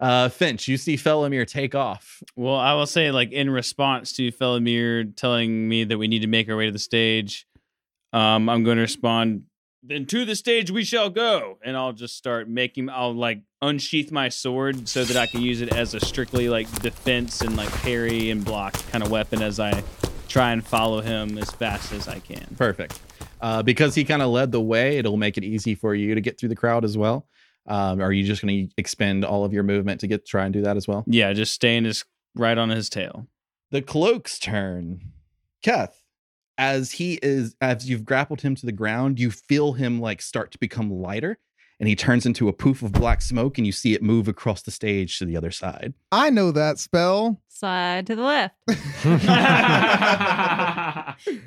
uh, Finch, you see Felomir take off. Well, I will say, like in response to Felomir telling me that we need to make our way to the stage, um, I'm going to respond. Then to the stage we shall go, and I'll just start making. I'll like unsheath my sword so that I can use it as a strictly like defense and like parry and block kind of weapon as I try and follow him as fast as I can. Perfect. Uh, because he kind of led the way, it'll make it easy for you to get through the crowd as well. Um, are you just going to expend all of your movement to get try and do that as well? Yeah, just staying his right on his tail. The cloak's turn. Keth, as he is, as you've grappled him to the ground, you feel him like start to become lighter, and he turns into a poof of black smoke, and you see it move across the stage to the other side. I know that spell. Slide to the left.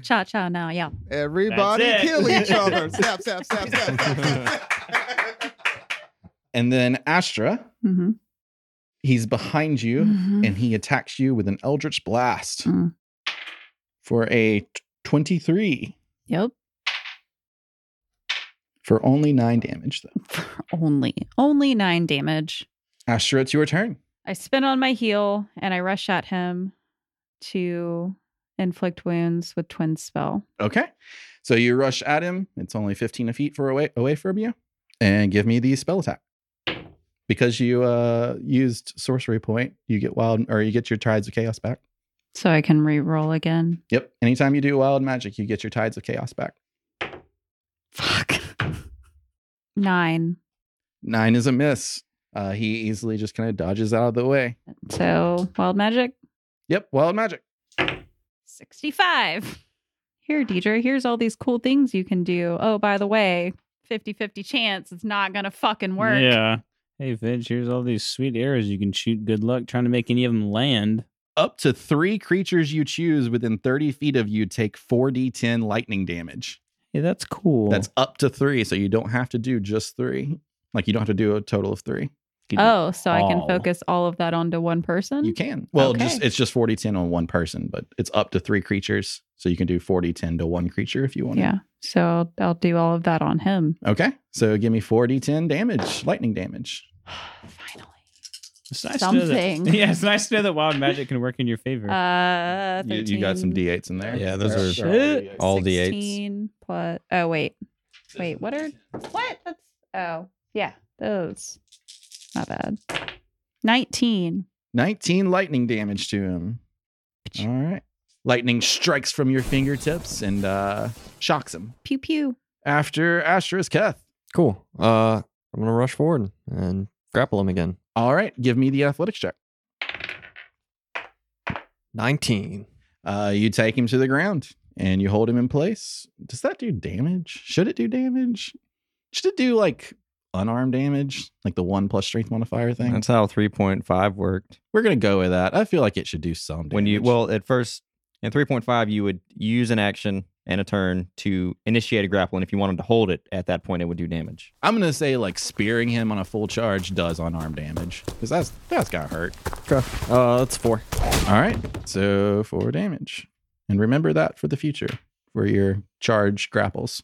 Cha cha now, yeah. Everybody That's it. kill each other. Snap, snap, snap, snap. And then Astra, Mm-hmm. he's behind you, Mhm. and he attacks you with an eldritch blast for a t- twenty-three Yep. for only nine damage, though. Only, only nine damage. Astra, it's your turn. I spin on my heel and I rush at him to inflict wounds with twin spell. Okay. So you rush at him. It's only 15 feet for away away from you. And give me the spell attack. Because you uh used sorcery point, you get wild or you get your tides of chaos back. So I can re-roll again. Yep. Anytime you do wild magic, you get your tides of chaos back. Nine. Nine is a miss. Uh he easily just kind of dodges out of the way. So wild magic, Yep, wild magic. 65. Here, Deidre, here's all these cool things you can do. Oh, by the way, 50 50 chance it's not going to fucking work. Yeah. Hey, Finch, here's all these sweet arrows you can shoot. Good luck trying to make any of them land. Up to three creatures you choose within 30 feet of you take 4d10 lightning damage. Yeah, that's cool. That's up to three, so you don't have to do just three. Like you don't have to do a total of three. Oh, so I can all. focus all of that onto one person? You can. Well, just it's just 40 10 on one person, but it's up to three creatures. So you can do 40 10 to one creature if you want. Yeah. So I'll, I'll do all of that on him. Okay. So give me 40 10 damage, lightning damage. It's nice to know that- Something. yeah, it's nice to know that wild magic can work in your favor. Uh, 13 d8s in there. Yeah, those Sure. are Shit. all d8s. 16 plus. Oh, wait. Wait, what are. What? That's. Oh, yeah. Those. Not bad. 19. 19 lightning damage to him. All right. Lightning strikes from your fingertips and uh, shocks him. Pew pew. After Astra's Keth. Cool. Uh, I'm gonna rush forward and grapple him again. All right. Give me the athletics check. 19. Uh, you take him to the ground and you hold him in place. Does that do damage? Should it do damage? Should it do like unarmed damage, like the one plus strength modifier thing? That's how 3.5 worked. We're gonna go with that. I feel like it should do some damage. When you well, at first in 3.5 you would use an action and a turn to initiate a grapple and if you wanted to hold it at that point it would do damage. I'm gonna say like spearing him on a full charge does unarmed damage because that's that's gonna hurt. Okay. Uh, that's four. All right, so four damage, and remember that for the future for your charge grapples.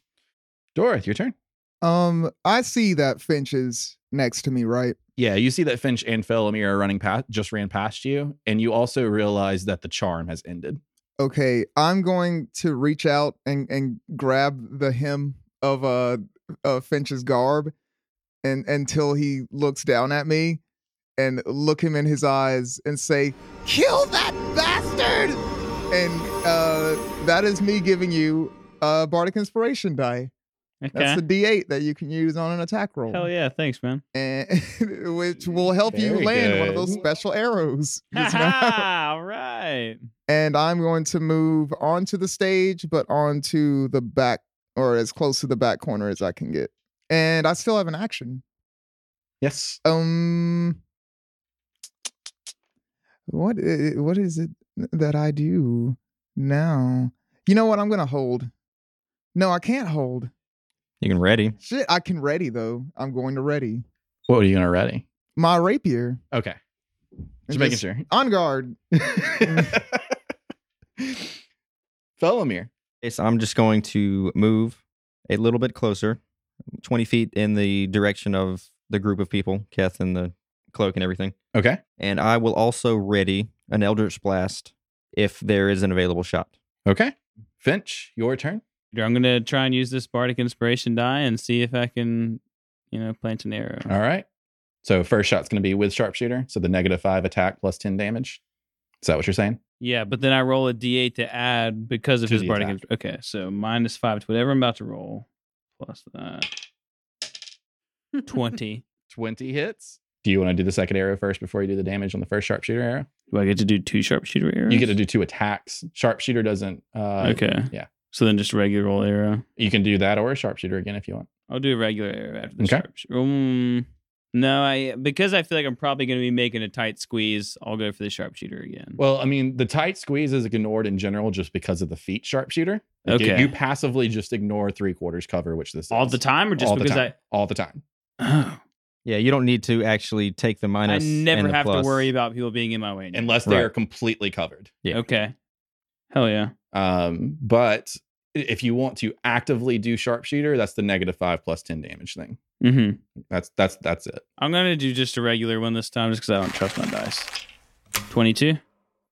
Dorith, your turn. Um, I see that Finch is next to me, right? Yeah, you see that Finch and Felomir are running past, just ran past you, and you also realize that the charm has ended. Okay, I'm going to reach out and and grab the hem of uh, uh Finch's garb, and until he looks down at me, and look him in his eyes and say, "Kill that bastard!" And uh, that is me giving you a bardic inspiration die. okay. That's the D8 that you can use on an attack roll. Hell yeah! Thanks, man. and Eh, which will help you Very land one of good. those special arrows. just now. Ha-ha! All right. and I'm going to move onto the stage, but onto the back or as close to the back corner as I can get. And I still have an action. Yes. Um, what i- what is it that I do now? You know what? I'm gonna hold. No, I can't hold. You can ready. Shit, I can ready though. I'm going to ready What were you gonna ready? my rapier. Okay, just and making sure. on guard. Felomir. Okay, so I'm just going to move a little bit closer, 20 feet in the direction of the group of people, Keth and the cloak and everything. Okay. And I will also ready an Eldritch Blast if there is an available shot. Okay. Finch, your turn. I'm gonna try and use this bardic inspiration die and see if I can, you know, plant an arrow. All right. So first shot's going to be with sharpshooter. So the negative five attack plus ten damage. Is that what you're saying? Yeah, but then I roll a d8 to add because of To his the bardic. attack. ins- Okay, so minus five to whatever I'm about to roll, plus that twenty. Twenty hits. Do you want to do the second arrow first before you do the damage on the first sharpshooter arrow? Do I get to do two sharpshooter arrows? You get to do two attacks. Sharpshooter doesn't. Uh, Okay. Yeah. So then just regular roll arrow. You can do that or a sharpshooter again if you want. I'll do a regular arrow after the Okay. sharpshooter. Um, no, I because I feel like I'm probably going to be making a tight squeeze. I'll go for the sharpshooter again. Well, I mean, the tight squeeze is ignored in general just because of the feet sharpshooter. Like, you- Okay. You passively just ignore three quarters cover, which this all is. the time, or just all because the time. all the time. I Yeah, you don't need to actually take the I minus. and never the have plus. to worry about people being in my way. anymore. unless they Right. are completely covered. okay, hell yeah. Um, but i- if you want to actively do sharpshooter, that's the negative five plus ten damage thing. Mm-hmm. That's that's that's it. I'm gonna do just a regular one this time, just because I don't trust my dice. Twenty-two.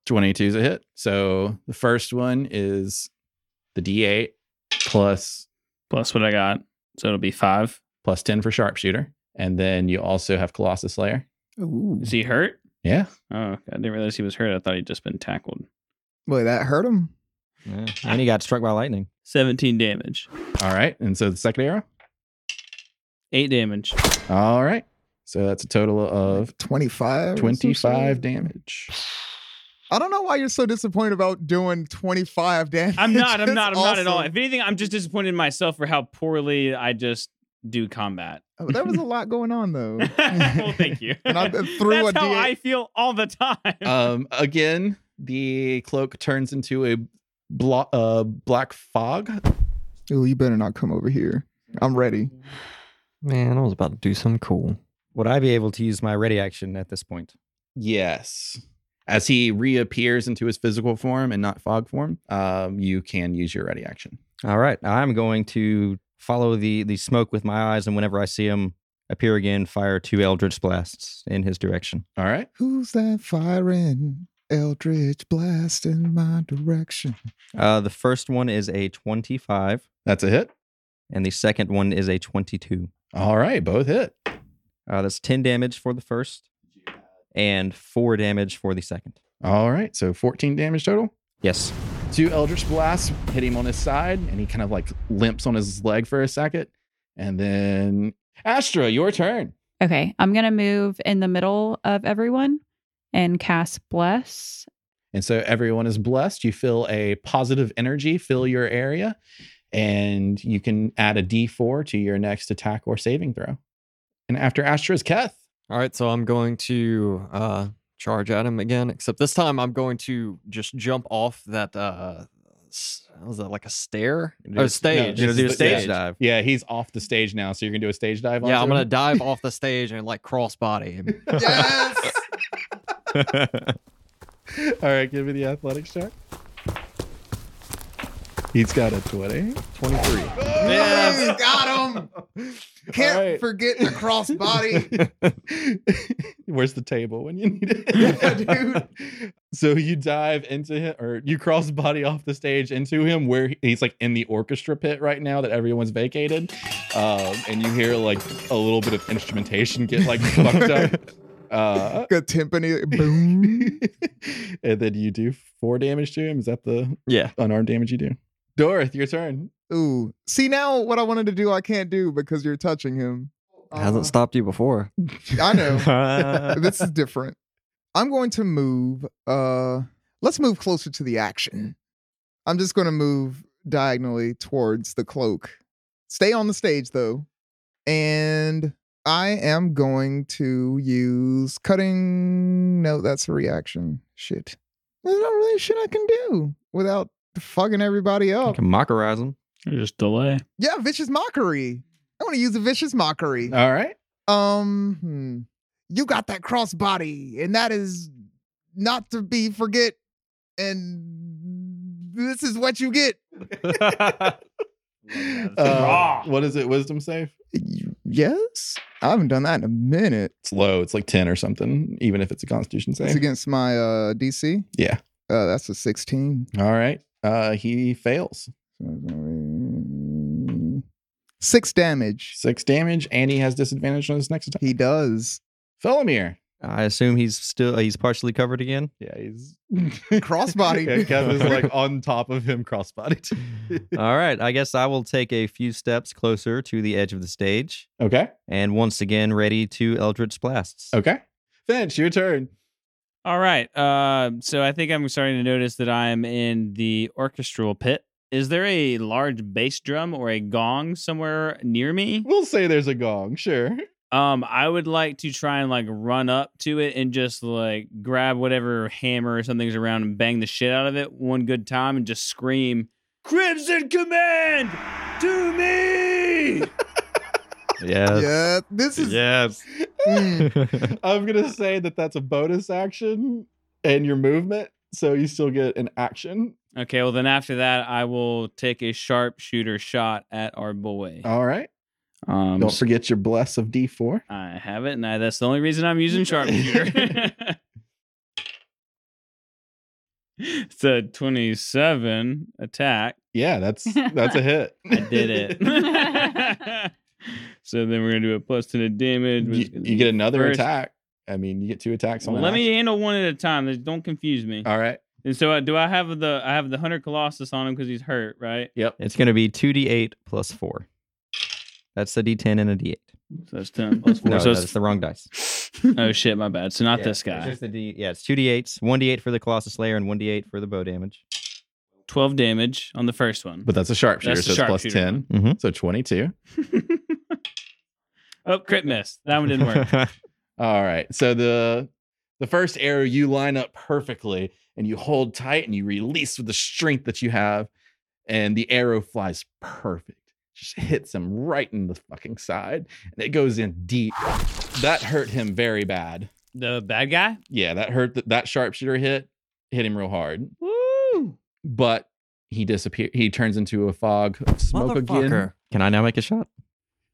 Twenty two is a hit. So the first one is the D eight plus plus what I got. So it'll be five. plus ten for sharpshooter, and then you also have Colossus Slayer. Ooh, Is he hurt? Yeah, Oh, I didn't realize he was hurt. I thought he'd just been tackled. boy, that hurt him. Yeah, And he got struck by lightning. 17 damage. All right, and so the second arrow. Eight damage. All right, so that's a total of 25 or some twenty five shit. damage. I don't know why you're so disappointed about doing 25 damage. I'm not, I'm That's not, I'm not at all. awesome. If anything, I'm just disappointed in myself for how poorly I just do combat. Uh, Oh, There was a lot going on though. well, thank you. And I threw That's a how D8. Oh, I feel all the time. um again the cloak turns into a blo- uh, black fog Ooh, you better not come over here. I'm ready. Man, I was about to do something cool. Would I be able to use my ready action at this point? Yes. As he reappears into his physical form and not fog form, um, you can use your ready action. All right, I'm going to follow the the smoke with my eyes, and whenever I see him appear again, fire two eldritch blasts in his direction. All right. Who's that firing? Eldritch blast in my direction. Uh, the first one is a 25, That's a hit. and the second one is a 22. All right, both hit. Uh, that's 10 damage for the first, and four damage for the second. All right, so 14 damage total. Yes. Two Eldritch Blasts hit him on his side, and he kind of like limps on his leg for a second. And then, Astra, your turn. Okay, I'm going to move in the middle of everyone and cast Bless. And so everyone is blessed. You feel a positive energy fill your area, and you can add a d4 to your next attack or saving throw. And after Astra is Keth. All right, so I'm going to uh, charge at him again, except this time I'm going to just jump off that. Uh, s- what was that like a stair? Do Oh, a- stage. no, this do a is the- stage yeah. dive. Yeah, he's off the stage now, so you're gonna do a stage dive. Yeah, I'm onto gonna him? dive off the stage and like crossbody him. Yes. All right, give me the athletics check. He's got a twenty. 23. Yes. Oh, Got him. Can't Alright. forget the crossbody. Where's the table when you need it? dude. So you dive into him, or you cross body off the stage into him, where he- he's like in the orchestra pit right now that everyone's vacated, um, and you hear like a little bit of instrumentation get like fucked up. Uh, Got timpani. Boom. and then you do four damage to him. Is that the Yeah. unarmed damage you do? Dorth, your turn. Ooh. See now what I wanted to do I can't do because you're touching him. Uh. Hasn't stopped you before. I know. this is different. I'm going to move. Uh, let's move closer to the action. I'm just going to move diagonally towards the cloak. Stay on the stage though, and I am going to use cutting. No, that's a reaction. Shit, there's not really shit I can do without fucking everybody I up. can mockerize him. Just delay. Yeah, vicious mockery. I want to use a vicious mockery. All right. Um, hmm. you got that crossbody, and that is not to be forget. And this is what you get. Uh, what is it? Wisdom save? Yes, I haven't done that in a minute. It's low. It's like 10 or something, even if it's a constitution It's save. against my uh DC. Yeah. uh, that's a sixteen. All right. Uh, he fails. Six damage. Six damage, and he has disadvantage on his next attack. He does Felomir. I assume he's still he's partially covered again. Yeah, he's Crossbody. Yeah, Kev is like on top of him, crossbodied. All right, I guess I will take a few steps closer to the edge of the stage, okay. and once again ready to Eldritch blasts. Okay. Finch, your turn. All right. Uh, so I think I'm starting to notice that I'm in the orchestral pit. Is there a large bass drum or a gong somewhere near me? We'll say there's a gong. Sure. Um, I would like to try and like run up to it and just like grab whatever hammer or something's around and bang the shit out of it one good time and just scream, "Crimson Command to me!" Yes. yeah, this is Yes. mm. I'm gonna say that that's a bonus action and your movement, so you still get an action. okay. Well, then after that, I will take a sharpshooter shot at our boy. All right. Um, Don't forget your bless of D4. I have it, and I, that's the only reason I'm using sharpshooter. it's a 27 attack. Yeah, that's that's a hit. I did it. so then we're gonna do a plus ten of damage. you, which is you get another first- attack. I mean, you get two attacks on Well, an let me handle one at a time. This- Don't confuse me. action. All right. And so, uh, do I have the I have the hunter colossus on him because he's hurt, right? It's going to be 2d8 plus 4. That's a d10 and a d8. So that's ten plus four. No, so that's the wrong dice. it's, oh shit, my bad. So not Yeah, this It's guy. just the d- yeah, it's 2d8s, 1d8 for the Colossus Slayer and 1d8 for the bow damage. Twelve damage on the first one. But that's a sharpshooter, That's so a it's plus 10. sharpshooter one. Mhm. So 22. oh, crit miss. That one didn't work. All right. So the the first arrow you line up perfectly and you hold tight and you release with the strength that you have and the arrow flies perfect. Just hits him right in the fucking side, and it goes in deep. That hurt him very bad. The bad guy? Yeah, that hurt. That, that sharpshooter hit hit him real hard. Woo! But he disappears. He turns into a fog of smoke again. Motherfucker. Can I now make a shot?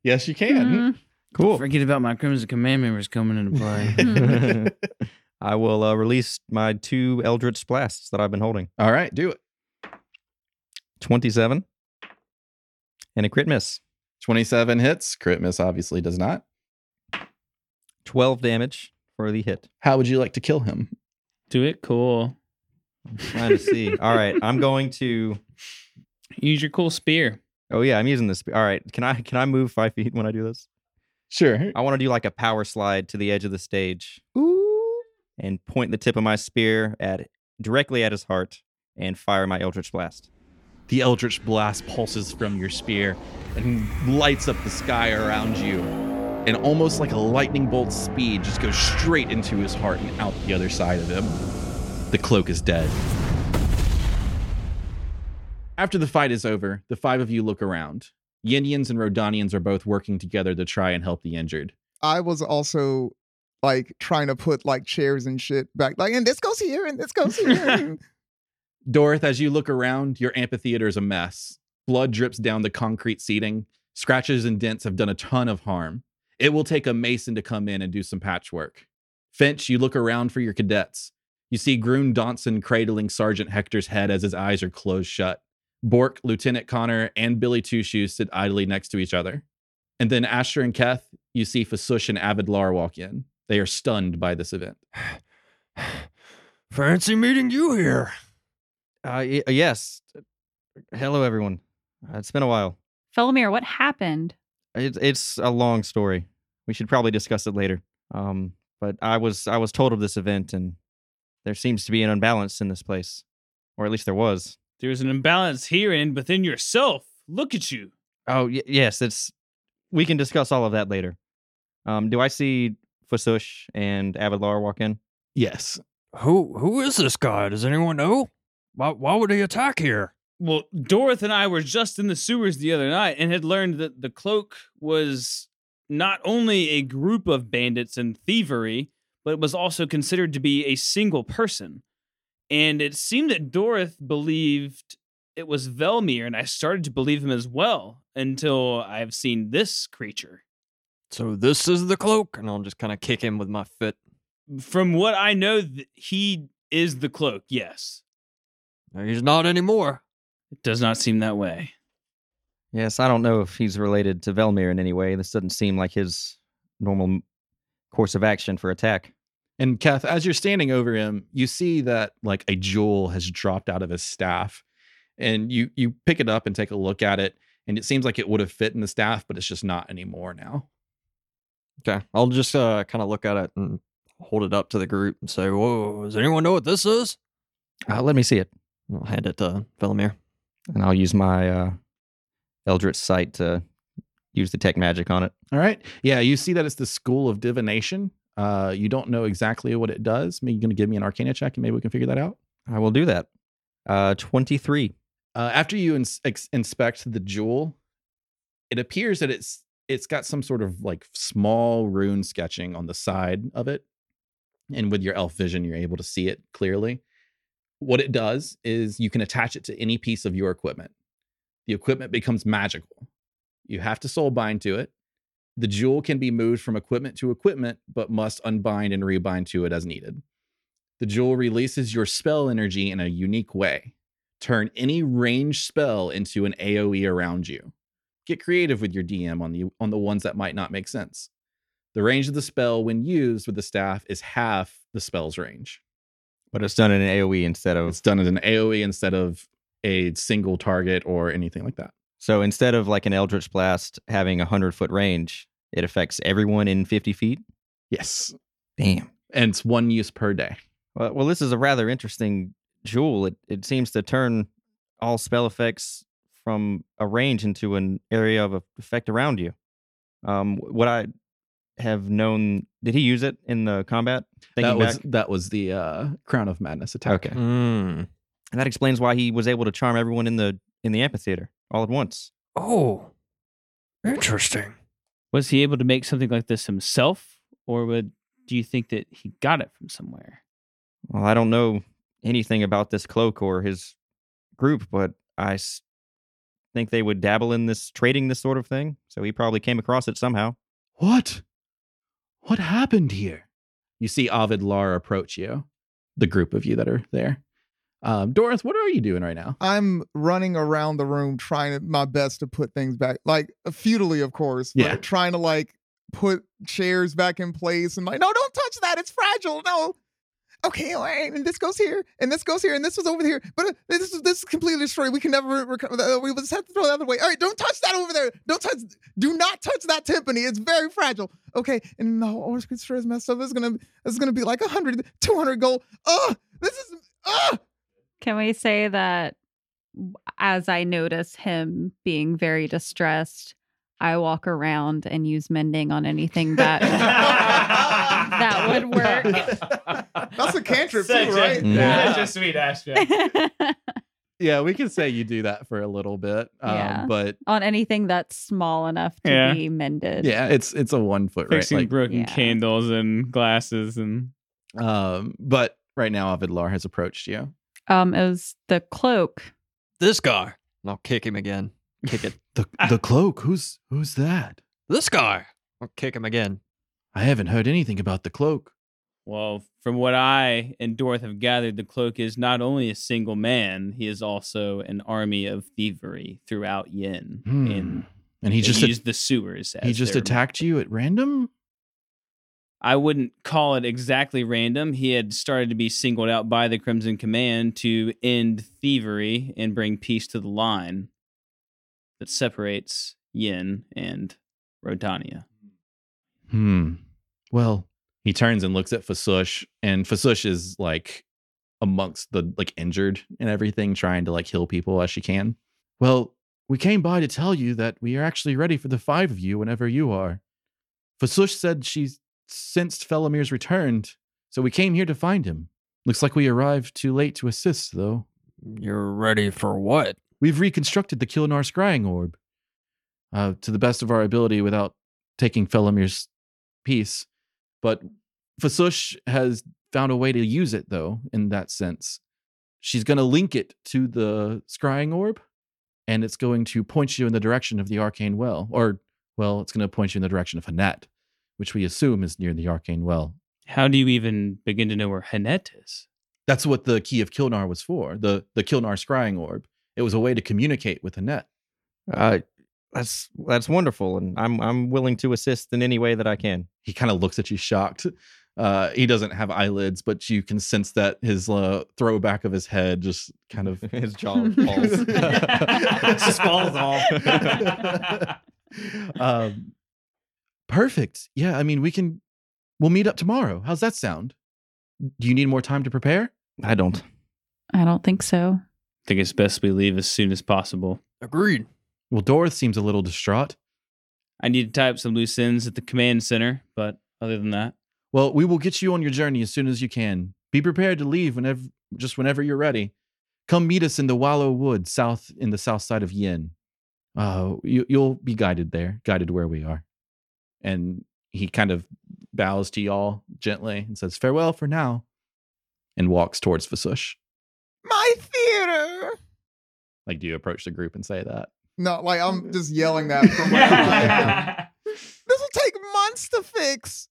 Yes, you can. Cool. Mm-hmm. Forget about my Crimson Command members coming into play. I will uh, release my two Eldritch blasts that I've been holding. All right, do it. 27 and a crit miss. 27 hits. Crit miss obviously does not. 12 damage for the hit. How would you like to kill him? Do it cool. Trying to see. All right, I'm going to Use your cool spear. Oh yeah, I'm using this. All right, can I can I move 5 feet when I do this? Sure. I want to do like a power slide to the edge of the stage Ooh. and point the tip of my spear at directly at his heart and fire my Eldritch blast. The eldritch blast pulses from your spear and lights up the sky around you. And almost like a lightning bolt speed, just goes straight into his heart and out the other side of him. The cloak is dead. After the fight is over, the five of you look around. Yinians and Rodanians are both working together to try and help the injured. I was also like trying to put like chairs and shit back, like, and this goes here and this goes here. and- Dorith, as you look around, your amphitheater is a mess. Blood drips down the concrete seating. Scratches and dents have done a ton of harm. It will take a mason to come in and do some patchwork. Finch, you look around for your cadets. You see Groon Donson cradling Sergeant Hector's head as his eyes are closed shut. Bork, Lieutenant Connor, and Billy Two Shoes sit idly next to each other. And then Asher and Keth, you see Fasush and Avidlar walk in. They are stunned by this event. Fancy meeting you here. Uh, y- yes. Hello, everyone. Uh, It's been a while. Philomir, what happened? It's it's a long story. We should probably discuss it later. Um, but I was I was told of this event, and there seems to be an imbalance in this place, or at least there was. There's an imbalance here and within yourself. Look at you. Oh y- yes, it's. We can discuss all of that later. Um, do I see Fasush and Avidlar walk in? Yes. Who who is this guy? Does anyone know? Why why would he attack here? Well, Dorothy and I were just in the sewers the other night and had learned that the cloak was not only a group of bandits and thievery, but it was also considered to be a single person. And it seemed that Dorothy believed it was Velmir, and I started to believe him as well until I've seen this creature. So this is the cloak, and I'll just kind of kick him with my foot. From what I know, th- he is the cloak, yes. He's not anymore. It does not seem that way. Yes, I don't know if he's related to Velmir in any way. This doesn't seem like his normal m- course of action for attack. And Kath, as you're standing over him, um, you see that like a jewel has dropped out of his staff. And you you pick it up and take a look at it. And it seems like it would have fit in the staff, but it's just not anymore now. Okay, I'll just uh, kind of look at it and hold it up to the group and say, "Whoa, does anyone know what this is?" Uh, let me see it. And I'll hand it to Velimir. and I'll use my uh, Eldritch Sight to use the tech magic on it. All right. Yeah, you see that it's the school of divination. Uh, you don't know exactly what it does. Maybe you're gonna give me an arcana check and maybe we can figure that out. I will do that. Uh, 23. Uh, after you ins- ex- inspect the jewel, it appears that it's it's got some sort of like small rune sketching on the side of it, and with your elf vision, you're able to see it clearly. What it does is you can attach it to any piece of your equipment. The equipment becomes magical. You have to soul bind to it. The jewel can be moved from equipment to equipment, but must unbind and rebind to it as needed. The jewel releases your spell energy in a unique way turn any range spell into an AoE around you. Get creative with your DM on the on the ones that might not make sense. The range of the spell when used with the staff is half the spell's range. But it's done in an AoE instead of. It's done as an AoE instead of a single target or anything like that. So instead of like an Eldritch Blast having a 100 foot range, it affects everyone in 50 feet. Yes. Damn. And it's one use per day. Well, well this is a rather interesting jewel. It, it seems to turn all spell effects from a range into an area of e-, effect around you. Um, what I have known, did he use it in the combat? that Thinking was back? that was the uh, Crown of Madness attack. Mm. Okay. And that explains why he was able to charm everyone in the in the amphitheater all at once. Oh, interesting. Was he able to make something like this himself, or would do you think that he got it from somewhere? Well, I don't know anything about this cloak or his group, but I s- think they would dabble in this trading this sort of thing. So he probably came across it somehow. What? What happened here? You see Ovid Lar approach you, the group of you that are there. Um, Doris, what are you doing right now? I'm running around the room trying my best to put things back, like futilely, of course, but Yeah. trying to like put chairs back in place and like, no, don't touch that. It's fragile. No. Okay, all right, and this goes here, and this goes here, and this was over here, but uh, this is this is completely destroyed. We can never recover. that. We just have to throw it the other way. All right, don't touch that over there. Don't touch. Do not touch that timpani. It's very fragile. Okay, and the whole orchestra store is messed up. It's gonna it's gonna be like 100, 200 gold. Ugh, this is ugh. Can we say that as I notice him being very distressed, I walk around and use mending on anything that that would work. That's a cantrip Such too, a- right? Yeah. Such a sweet aspect. Yeah, we can say you do that for a little bit, um, Yeah. but on anything that's small enough to Yeah. be mended. yeah, it's it's a one foot right. Fixing Like, broken Yeah. candles and glasses and um, but right now, Ovid Lar has approached you. Um, it was the cloak. This guy. And I'll kick him again. Kick it. The the cloak. Who's who's that? This guy. I'll kick him again. I haven't heard anything about the cloak. Well, from what I and Dorth have gathered, the cloak is not only a single man, he is also an army of thievery throughout Yin. Hmm. And And he they just used the sewers. he as just their- attacked you at random. I wouldn't call it exactly random. He had started to be singled out by the Crimson Command to end thievery and bring peace to the line that separates Yin and Rodania. Hmm. Well, he turns and looks at Fasush, and Fasush is like amongst the like injured and everything, trying to like heal people as she can. Well, we came by to tell you that we are actually ready for the five of you whenever you are. Fasush said she sensed Felomir's returned, so we came here to find him. Looks like we arrived too late to assist, though. You're ready for what? We've reconstructed the Kilnar scrying orb uh, to the best of our ability without taking Felomir's piece. But Fasush has found a way to use it, though, in that sense. She's going to link it to the scrying orb, and it's going to point you in the direction of the arcane well. Or, well, it's going to point you in the direction of Hanet, which we assume is near the arcane well. How do you even begin to know where Hanet is? That's what the key of Kilnar was for, the, the Kilnar scrying orb. It was a way to communicate with Hanet. Uh, that's that's wonderful, and I'm I'm willing to assist in any way that I can. he kind of looks at you shocked. Uh, he doesn't have eyelids, but you can sense that his uh, throwback of his head just kind of His jaw falls. Just falls off. um, perfect. Yeah, I mean, we can. We'll meet up tomorrow. How's that sound? Do you need more time to prepare? I don't. I don't think so. I think it's best we leave as soon as possible. Agreed. Well, Doroth seems a little distraught. I need to tie up some loose ends at the command center, but other than that, Well, we will get you on your journey as soon as you can. Be prepared to leave whenever, just whenever you're ready. Come meet us in the Wallow Wood, south in the south side of Yin. Uh, you, you'll be guided there, guided where we are. And he kind of bows to y'all gently and says farewell for now, and walks towards Fasush. My theater. Like, do you approach the group and say that? No, like I'm just yelling that from where I am. This will take months to fix.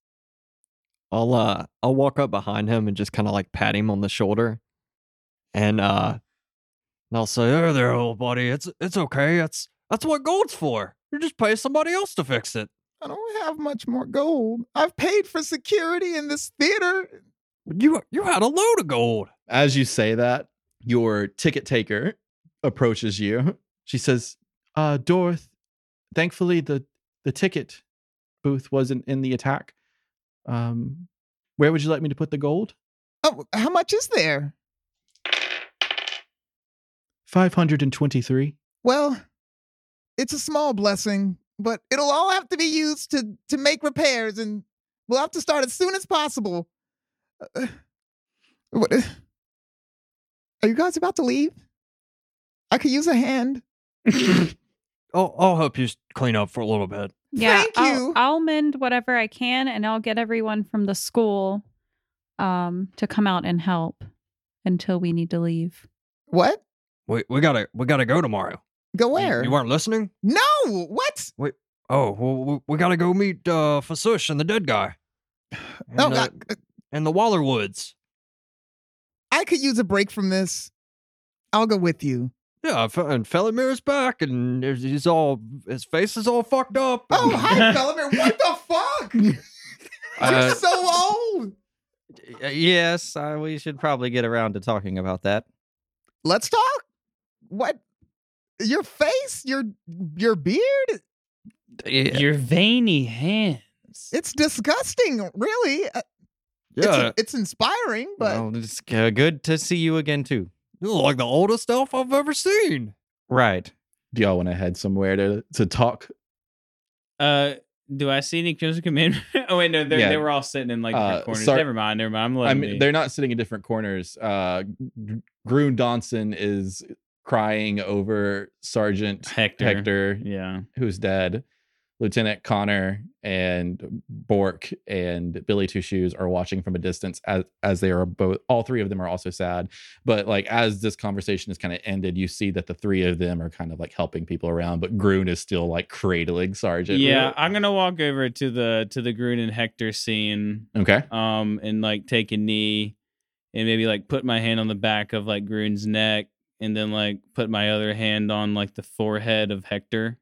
I'll uh I'll walk up behind him and just kind of like pat him on the shoulder, and uh, and I'll say, There, there, old buddy. It's it's okay. That's that's what gold's for. You just pay somebody else to fix it. I don't have much more gold. I've paid for security in this theater. You you had a load of gold. As you say that, your ticket taker approaches you. She says, uh, Dorth, thankfully the, the ticket booth wasn't in the attack. Um, where would you like me to put the gold? Oh, how much is there? 523. Well, it's a small blessing, but it'll all have to be used to to make repairs, and we'll have to start as soon as possible. Uh, what, are you guys about to leave? I could use a hand. I'll, I'll help you s- clean up for a little bit. Yeah, Thank I'll, you. I'll mend whatever I can, and I'll get everyone from the school um, to come out and help until we need to leave. What? We we gotta we gotta go tomorrow. Go You- where? You, weren't listening? no. What? Oh, well, we, we gotta go meet uh Fasush and the dead guy. And, No, uh, I, and the Waller Woods. I could use a break from this. I'll go with you. Yeah, fe- and Felimir's back, and there's- he's all his face is all fucked up. Oh, and- hi, Bellamere. What the fuck? You're Uh, so old. Uh, Yes, uh, we should probably get around to talking about that. Let's talk. What? Your face, your your beard. uh yeah, Your veiny hands. It's disgusting. Really. Uh, yeah. It's, it's inspiring, but Well, it's uh, good to see you again too. This is like the oldest elf I've ever seen. Right. Do y'all want to head somewhere to to talk? Uh, do I see any criminals come in? oh wait, no, they Yeah. they were all sitting in like different Uh, corners. sorry- never mind, never mind. I'm I letting mean, me- they're not sitting in different corners. Uh, Gr- Groon Donson is crying over Sergeant Hector. Hector, Yeah, who's dead. Lieutenant Connor and Bork and Billy Two Shoes are watching from a distance as as they are both all three of them are also sad. But like as this conversation is kind of ended, you see that the three of them are kind of like helping people around, but Groon is still like cradling Sergeant. yeah. I'm gonna walk over to the to the Grun and Hector scene, Okay. um, and like take a knee, and maybe like put my hand on the back of like Grun's neck, and then like put my other hand on like the forehead of Hector,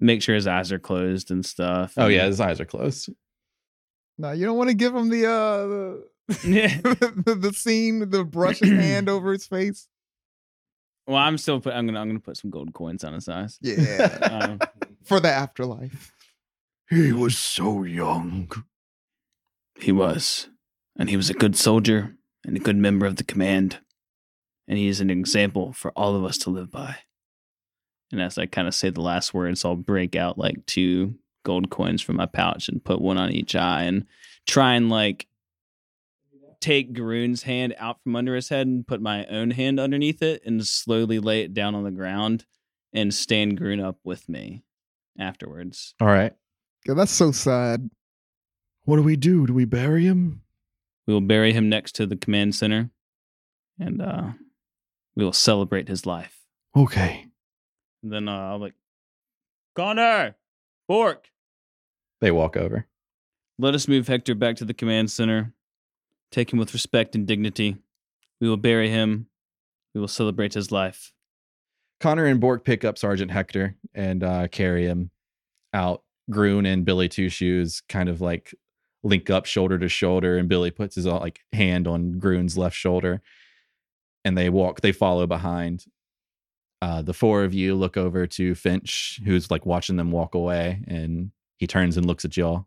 make sure his eyes are closed and stuff. Oh yeah, his eyes are closed. no, you don't want to give him the uh the, yeah. the, the scene, the brush his hand over his face. Well, I'm still put. I'm gonna I'm gonna put some gold coins on his eyes. Yeah, Um, for the afterlife. He was so young. He was. And he was a good soldier and a good member of the command. and he is an example for all of us to live by. And as I kind of say the last words, I'll break out like two gold coins from my pouch and put one on each eye and try and like take Garoon's hand out from under his head and put my own hand underneath it and slowly lay it down on the ground and stand Garoon up with me afterwards. All right. God, that's so sad. What do we do? Do we bury him? We will bury him next to the command center and uh, we will celebrate his life. Okay. And then uh, I'll like, Connor, Bork, They walk over. let us move Hector back to the command center. Take him with respect and dignity. We will bury him. We will celebrate his life. Connor and Bork pick up Sergeant Hector and uh, carry him out. Groon and Billy Two Shoes kind of like link up shoulder to shoulder, and Billy puts his uh, like hand on Groon's left shoulder, and they walk. They follow behind. Uh, the four of you look over to Finch, who's like watching them walk away, and he turns and looks at y'all.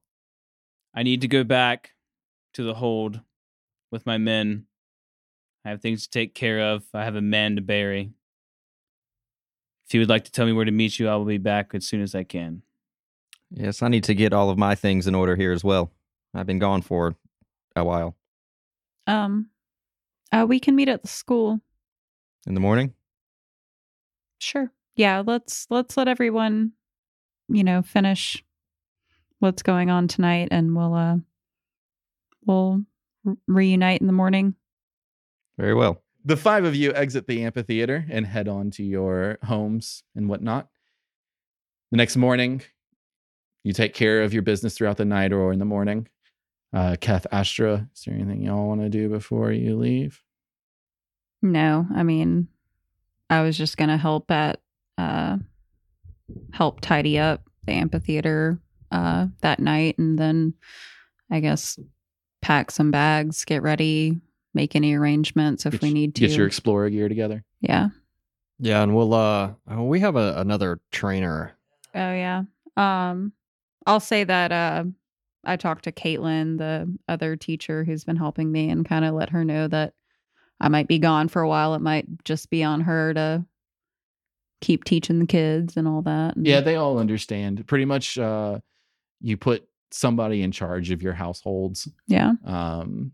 I need to go back to the hold with my men. I have things to take care of. I have a man to bury. If you would like to tell me where to meet you, I will be back as soon as I can. Yes, I need to get all of my things in order here as well. I've been gone for a while. Um, uh, we can meet at the school. In the morning? Sure. Yeah, let's let's let everyone, you know, finish what's going on tonight, and we'll uh, we'll re- reunite in the morning. Very well. the five of you exit the amphitheater and head on to your homes and whatnot. The next morning, you take care of your business throughout the night or in the morning. Uh, Kath Astra, is there anything y'all want to do before you leave? No, I mean, I was just gonna help at uh, help tidy up the amphitheater uh, that night, and then I guess pack some bags, get ready, make any arrangements if Get we y- need to. Get your explorer gear together. yeah. Yeah, and we'll uh oh, we have a, another trainer. Oh yeah. Um, I'll say that uh, I talked to Caitlin, the other teacher who's been helping me, and kind of let her know that I might be gone for a while. It might just be on her to keep teaching the kids and all that. And- Yeah, they all understand. Pretty much, uh, you put somebody in charge of your households. yeah. Um,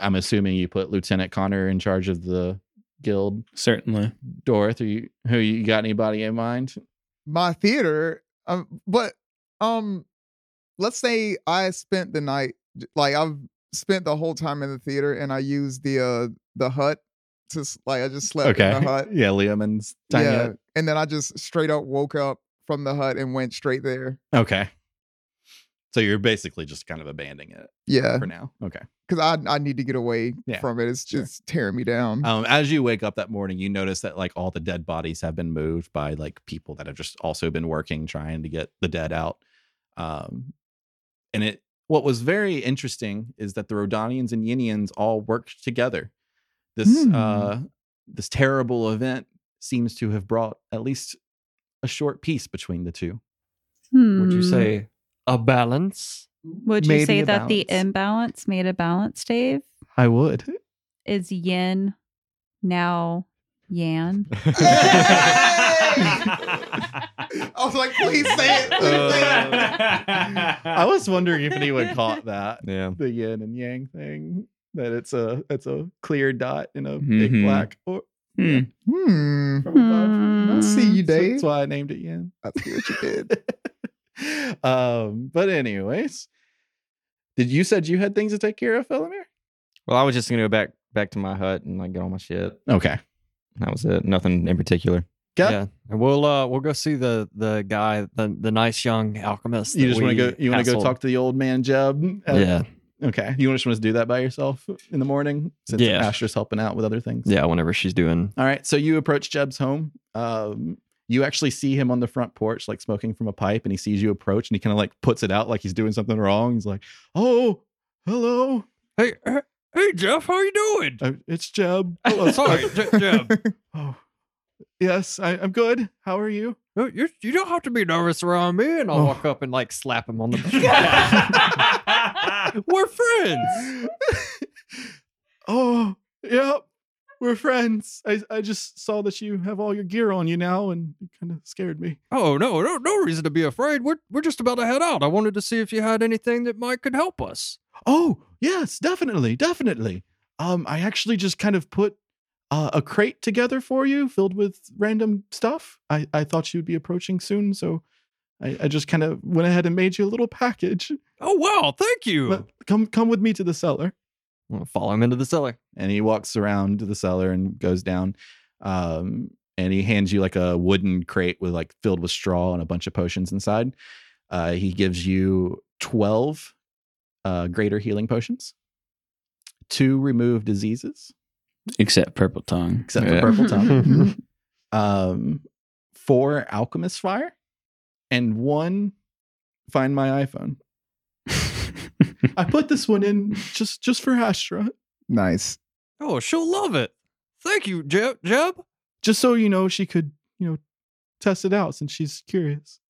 I'm assuming you put Lieutenant Connor in charge of the guild. Certainly. Dorothy, you, who you got anybody in mind? my theater um but um let's say i spent the night like i've spent the whole time in the theater and i used the uh the hut to s- like i just slept in the hut Yeah, Liam and Tiny. uh, yeah and then i just straight up woke up from the hut and went straight there Okay. So you're basically just kind of abandoning it yeah for now. Okay. because i i need to get away Yeah, from it it's just tearing me down Um, as you wake up that morning, you notice that like all the dead bodies have been moved by like people that have just also been working trying to get the dead out. Um, and it what was very interesting is that the Rodanians and Yinians all worked together. This Hmm. uh, this terrible event seems to have brought at least a short peace between the two. Would you Hmm. say a balance? Would you maybe say a that the balance? imbalance made a balance, Dave? I would. Is yin now yan? i was like please say it please say it I was wondering if anyone caught that. Yeah. the yin and yang thing that it's a it's a clear dot in a Mhm. big black or Hmm. hmm Hmm. i see you so dave Mm. that's why I named it yin. i see what you did um, but anyways, did you said you had things to take care of, Felomir? Well, I was just gonna go back back to my hut and like get all my shit. Okay, That was it. Nothing in particular. Yep. Yeah. And we'll uh we'll go see the the guy, the the nice young alchemist. you that just we want to go. You want to go hassled. talk to the old man Jeb? at- Yeah. Okay. You just want to do that by yourself in the morning since Yeah. Astra's helping out with other things. Yeah, whenever she's doing All right. So you approach Jeb's home. Um, you actually see him on the front porch, like smoking from a pipe, and he sees you approach and he kind of like puts it out like he's doing something wrong. He's like, Oh, hello. Hey, hey, hey, Jeff, how you doing? Uh, It's Jeb. Oh, sorry, Je- Jeff. Oh, yes. I, I'm good. How are you? you, you, you don't have to be nervous around me, and I'll Oh. walk up and like slap him on the back. We're friends. oh, yep. We're friends. I, I just saw that you have all your gear on you now and it kind of scared me. Oh no, no, no reason to be afraid. We're we're just about to head out. I wanted to see if you had anything that might could help us. Oh, yes, definitely, definitely. Um, I actually just kind of put uh, a crate together for you filled with random stuff. I, I thought you'd be approaching soon, so I, I just kind of went ahead and made you a little package. Oh wow, thank you. But come come with me to the cellar. I'll follow him into the cellar. And he walks around to the cellar and goes down. Um, and he hands you like a wooden crate with like filled with straw and a bunch of potions inside. Uh, he gives you 12 uh, greater healing potions, two remove diseases, Except purple tongue. except for purple tongue. um, four alchemist fire, and one find my iPhone. I put this one in just just for Astra. nice Oh, she'll love it. Thank you, Jeb. Jeb. just so you know she could you know test it out since she's curious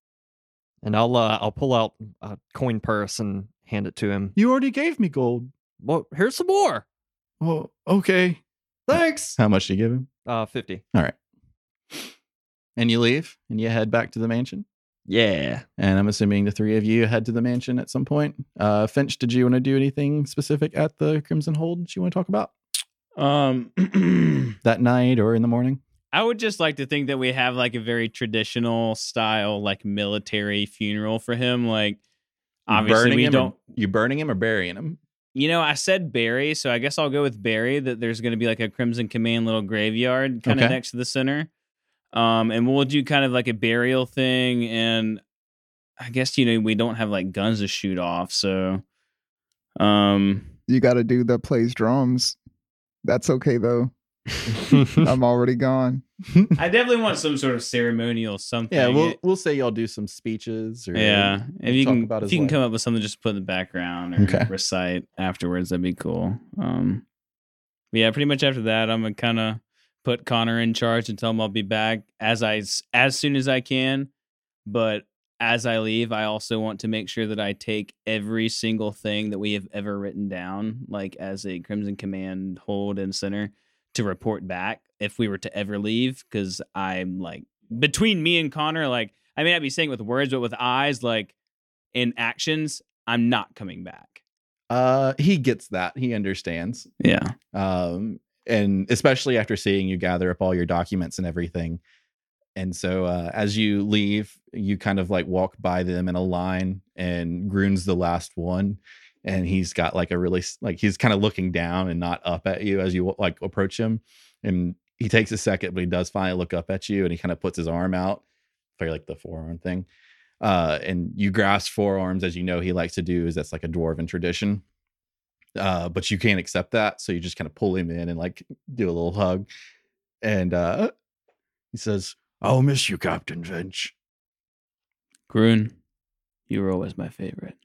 And I'll uh, I'll pull out a coin purse and hand it to him. you already gave me gold Well, here's some more. oh okay Thanks. how much do you give him Uh, fifty. and you leave and you head back to the mansion Yeah. and i'm assuming the three of you head to the mansion at some point uh finch did you want to do anything specific at the crimson hold that you want to talk about Um, that night or in the morning I would just like to think that we have like a very traditional style, like military funeral for him. Like, obviously, burning we him don't. or, you burning him or burying him You know, I said Barry, so I guess I'll go with Barry. That there's going to be like a Crimson Command little graveyard kind of Okay. next to the center, um, and we'll do kind of like a burial thing. And I guess you know we don't have like guns to shoot off, so um, you got a dude that plays drums that's okay though i'm already gone I definitely want some sort of ceremonial something. yeah we'll we'll say y'all do some speeches or Yeah, if you talk can, about if his you can life. come up with something just to put in the background or Okay. recite afterwards, that'd be cool. Um, but yeah, pretty much after that, I'm gonna kind of put Connor in charge and tell him I'll be back as I s- as soon as I can. But as I leave, I also want to make sure that I take every single thing that we have ever written down, like as a Crimson Command hold and center, to report back if we were to ever leave. Because I'm like between me and Connor, like I may not be saying it with words, but with eyes, like in actions, I'm not coming back. uh he gets that he understands Yeah. Um, and especially after seeing you gather up all your documents and everything. And so uh, as you leave, you kind of like walk by them in a line, and Groon's the last one. And he's got like a really, s- like, he's kind of looking down and not up at you as you like approach him. And he takes a second, but he does finally look up at you and he kind of puts his arm out for like the forearm thing. Uh, and you grasp forearms, as you know he likes to do, is that's like a dwarven tradition. Uh, but you can't accept that, so you just kind of pull him in and like do a little hug. And uh, he says, I'll miss you, Captain Finch. Groon, you were always my favorite.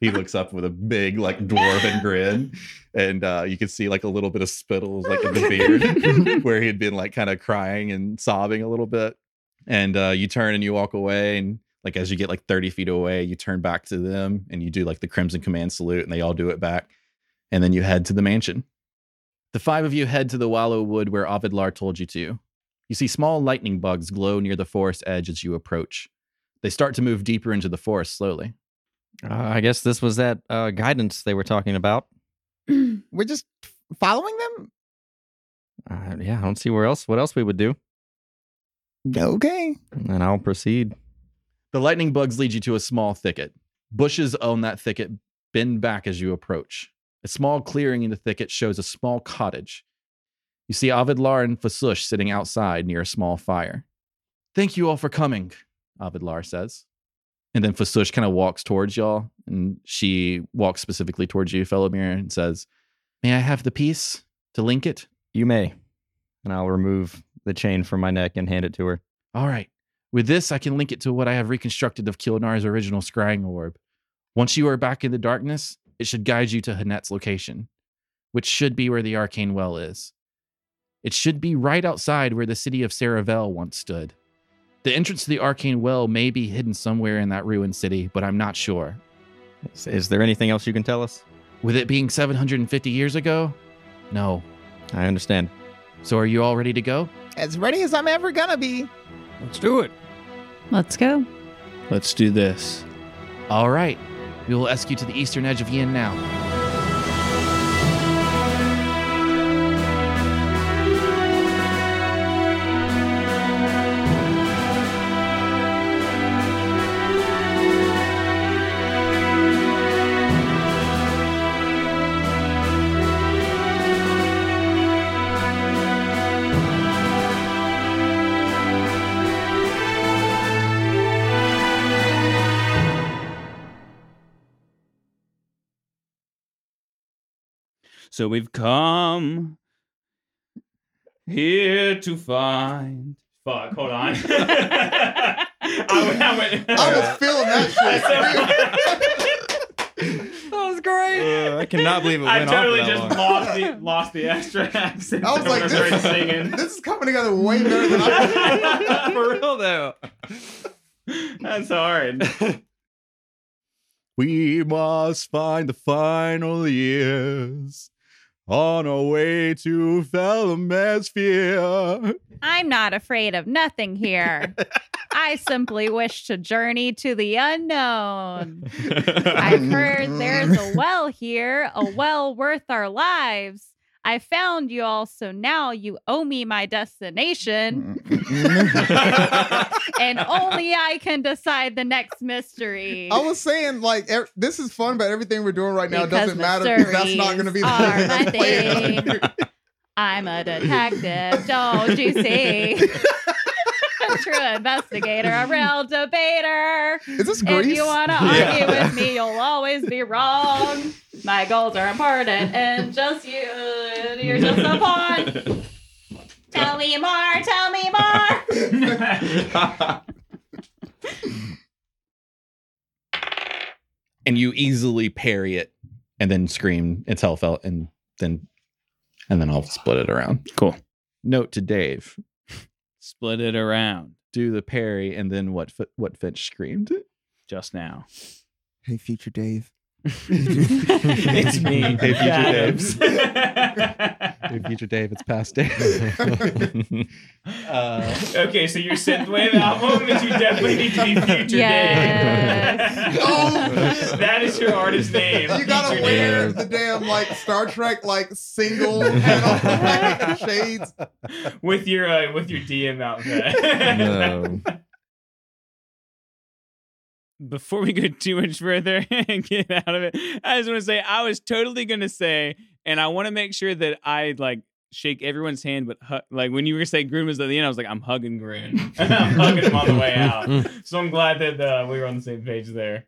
he looks up with a big like dwarven grin, and uh, you can see like a little bit of spittle like in the beard where he had been like kind of crying and sobbing a little bit. And uh, you turn and you walk away, and like as you get like thirty feet away, you turn back to them and you do like the Crimson Command salute, and they all do it back, and then you head to the mansion. The five of you head to the Wallow Wood where Ovidlar told you to. You see small lightning bugs glow near the forest edge as you approach. They start to move deeper into the forest slowly. Uh, I guess this was that uh, guidance they were talking about. We're just following them? Uh, yeah, I don't see where else what else we would do. Okay. And I'll proceed. The lightning bugs lead you to a small thicket. Bushes on that thicket bend back as you approach. A small clearing in the thicket shows a small cottage. You see Avidlar and Fasush sitting outside near a small fire. Thank you all for coming, Avidlar says. And then Fasush kind of walks towards y'all, and she walks specifically towards you, Felomir, and says, May I have the piece to link it? You may. And I'll remove the chain from my neck and hand it to her. All right. With this, I can link it to what I have reconstructed of Kilnar's original scrying orb. Once you are back in the darkness, it should guide you to Hanet's location, which should be where the arcane well is. It should be right outside where the city of Saravel once stood. The entrance to the arcane well may be hidden somewhere in that ruined city, but I'm not sure. Is, is there anything else you can tell us? With it being 750 years ago? No. I understand. So are you all ready to go? As ready as I'm ever gonna be. Let's do it. Let's go. Let's do this. All right. We will ask you to the eastern edge of Yin now. So we've come here to find. Fuck, hold on. I went. I went. I was feeling that shit. that was great. Uh, I cannot believe it I went totally on for that just long. lost the lost the extra accent. I was when like, we this started is- singing. this is coming together way better than I. For real though. That's hard. We must find the final years on our way to Falamasphia. I'm not afraid of nothing here. I simply wish to journey to the unknown. I've heard there's a well here, a well worth our lives. I found you all, so now you owe me my destination, and only I can decide the next mystery. I was saying like er- this is fun, but everything we're doing right now Because doesn't matter because that's not going to be mysteries are the my thing. that's played. I'm a detective, don't you see? a true investigator, a real debater. Is this If Greece? you want to argue with me, you'll always be wrong. My goals are important, and just you, you're just a pawn. Tell me more. Tell me more. And you easily parry it and then scream it's Hellfelt and then and then I'll split it around. Cool. Note to Dave, Split it around do the parry and then what Fi- what Finch screamed. just now. Hey, future Dave. it's me. Hey, future Dives. Hey, future Dave, it's past Dave. Uh, okay, so your synthwave album is you definitely need to be Future Dave. that is your artist name. Oh. You gotta Future wear Dave. the damn like Star Trek like single panel shades. with your uh, with your DM outfit. no. Before we go too much further and get out of it, I just want to say I was totally gonna say, and I want to make sure that I like shake everyone's hand, but hu- like when you were saying Groon was at the end, I was like, I'm hugging Groon. I'm hugging him on the way out. So I'm glad that uh, we were on the same page there.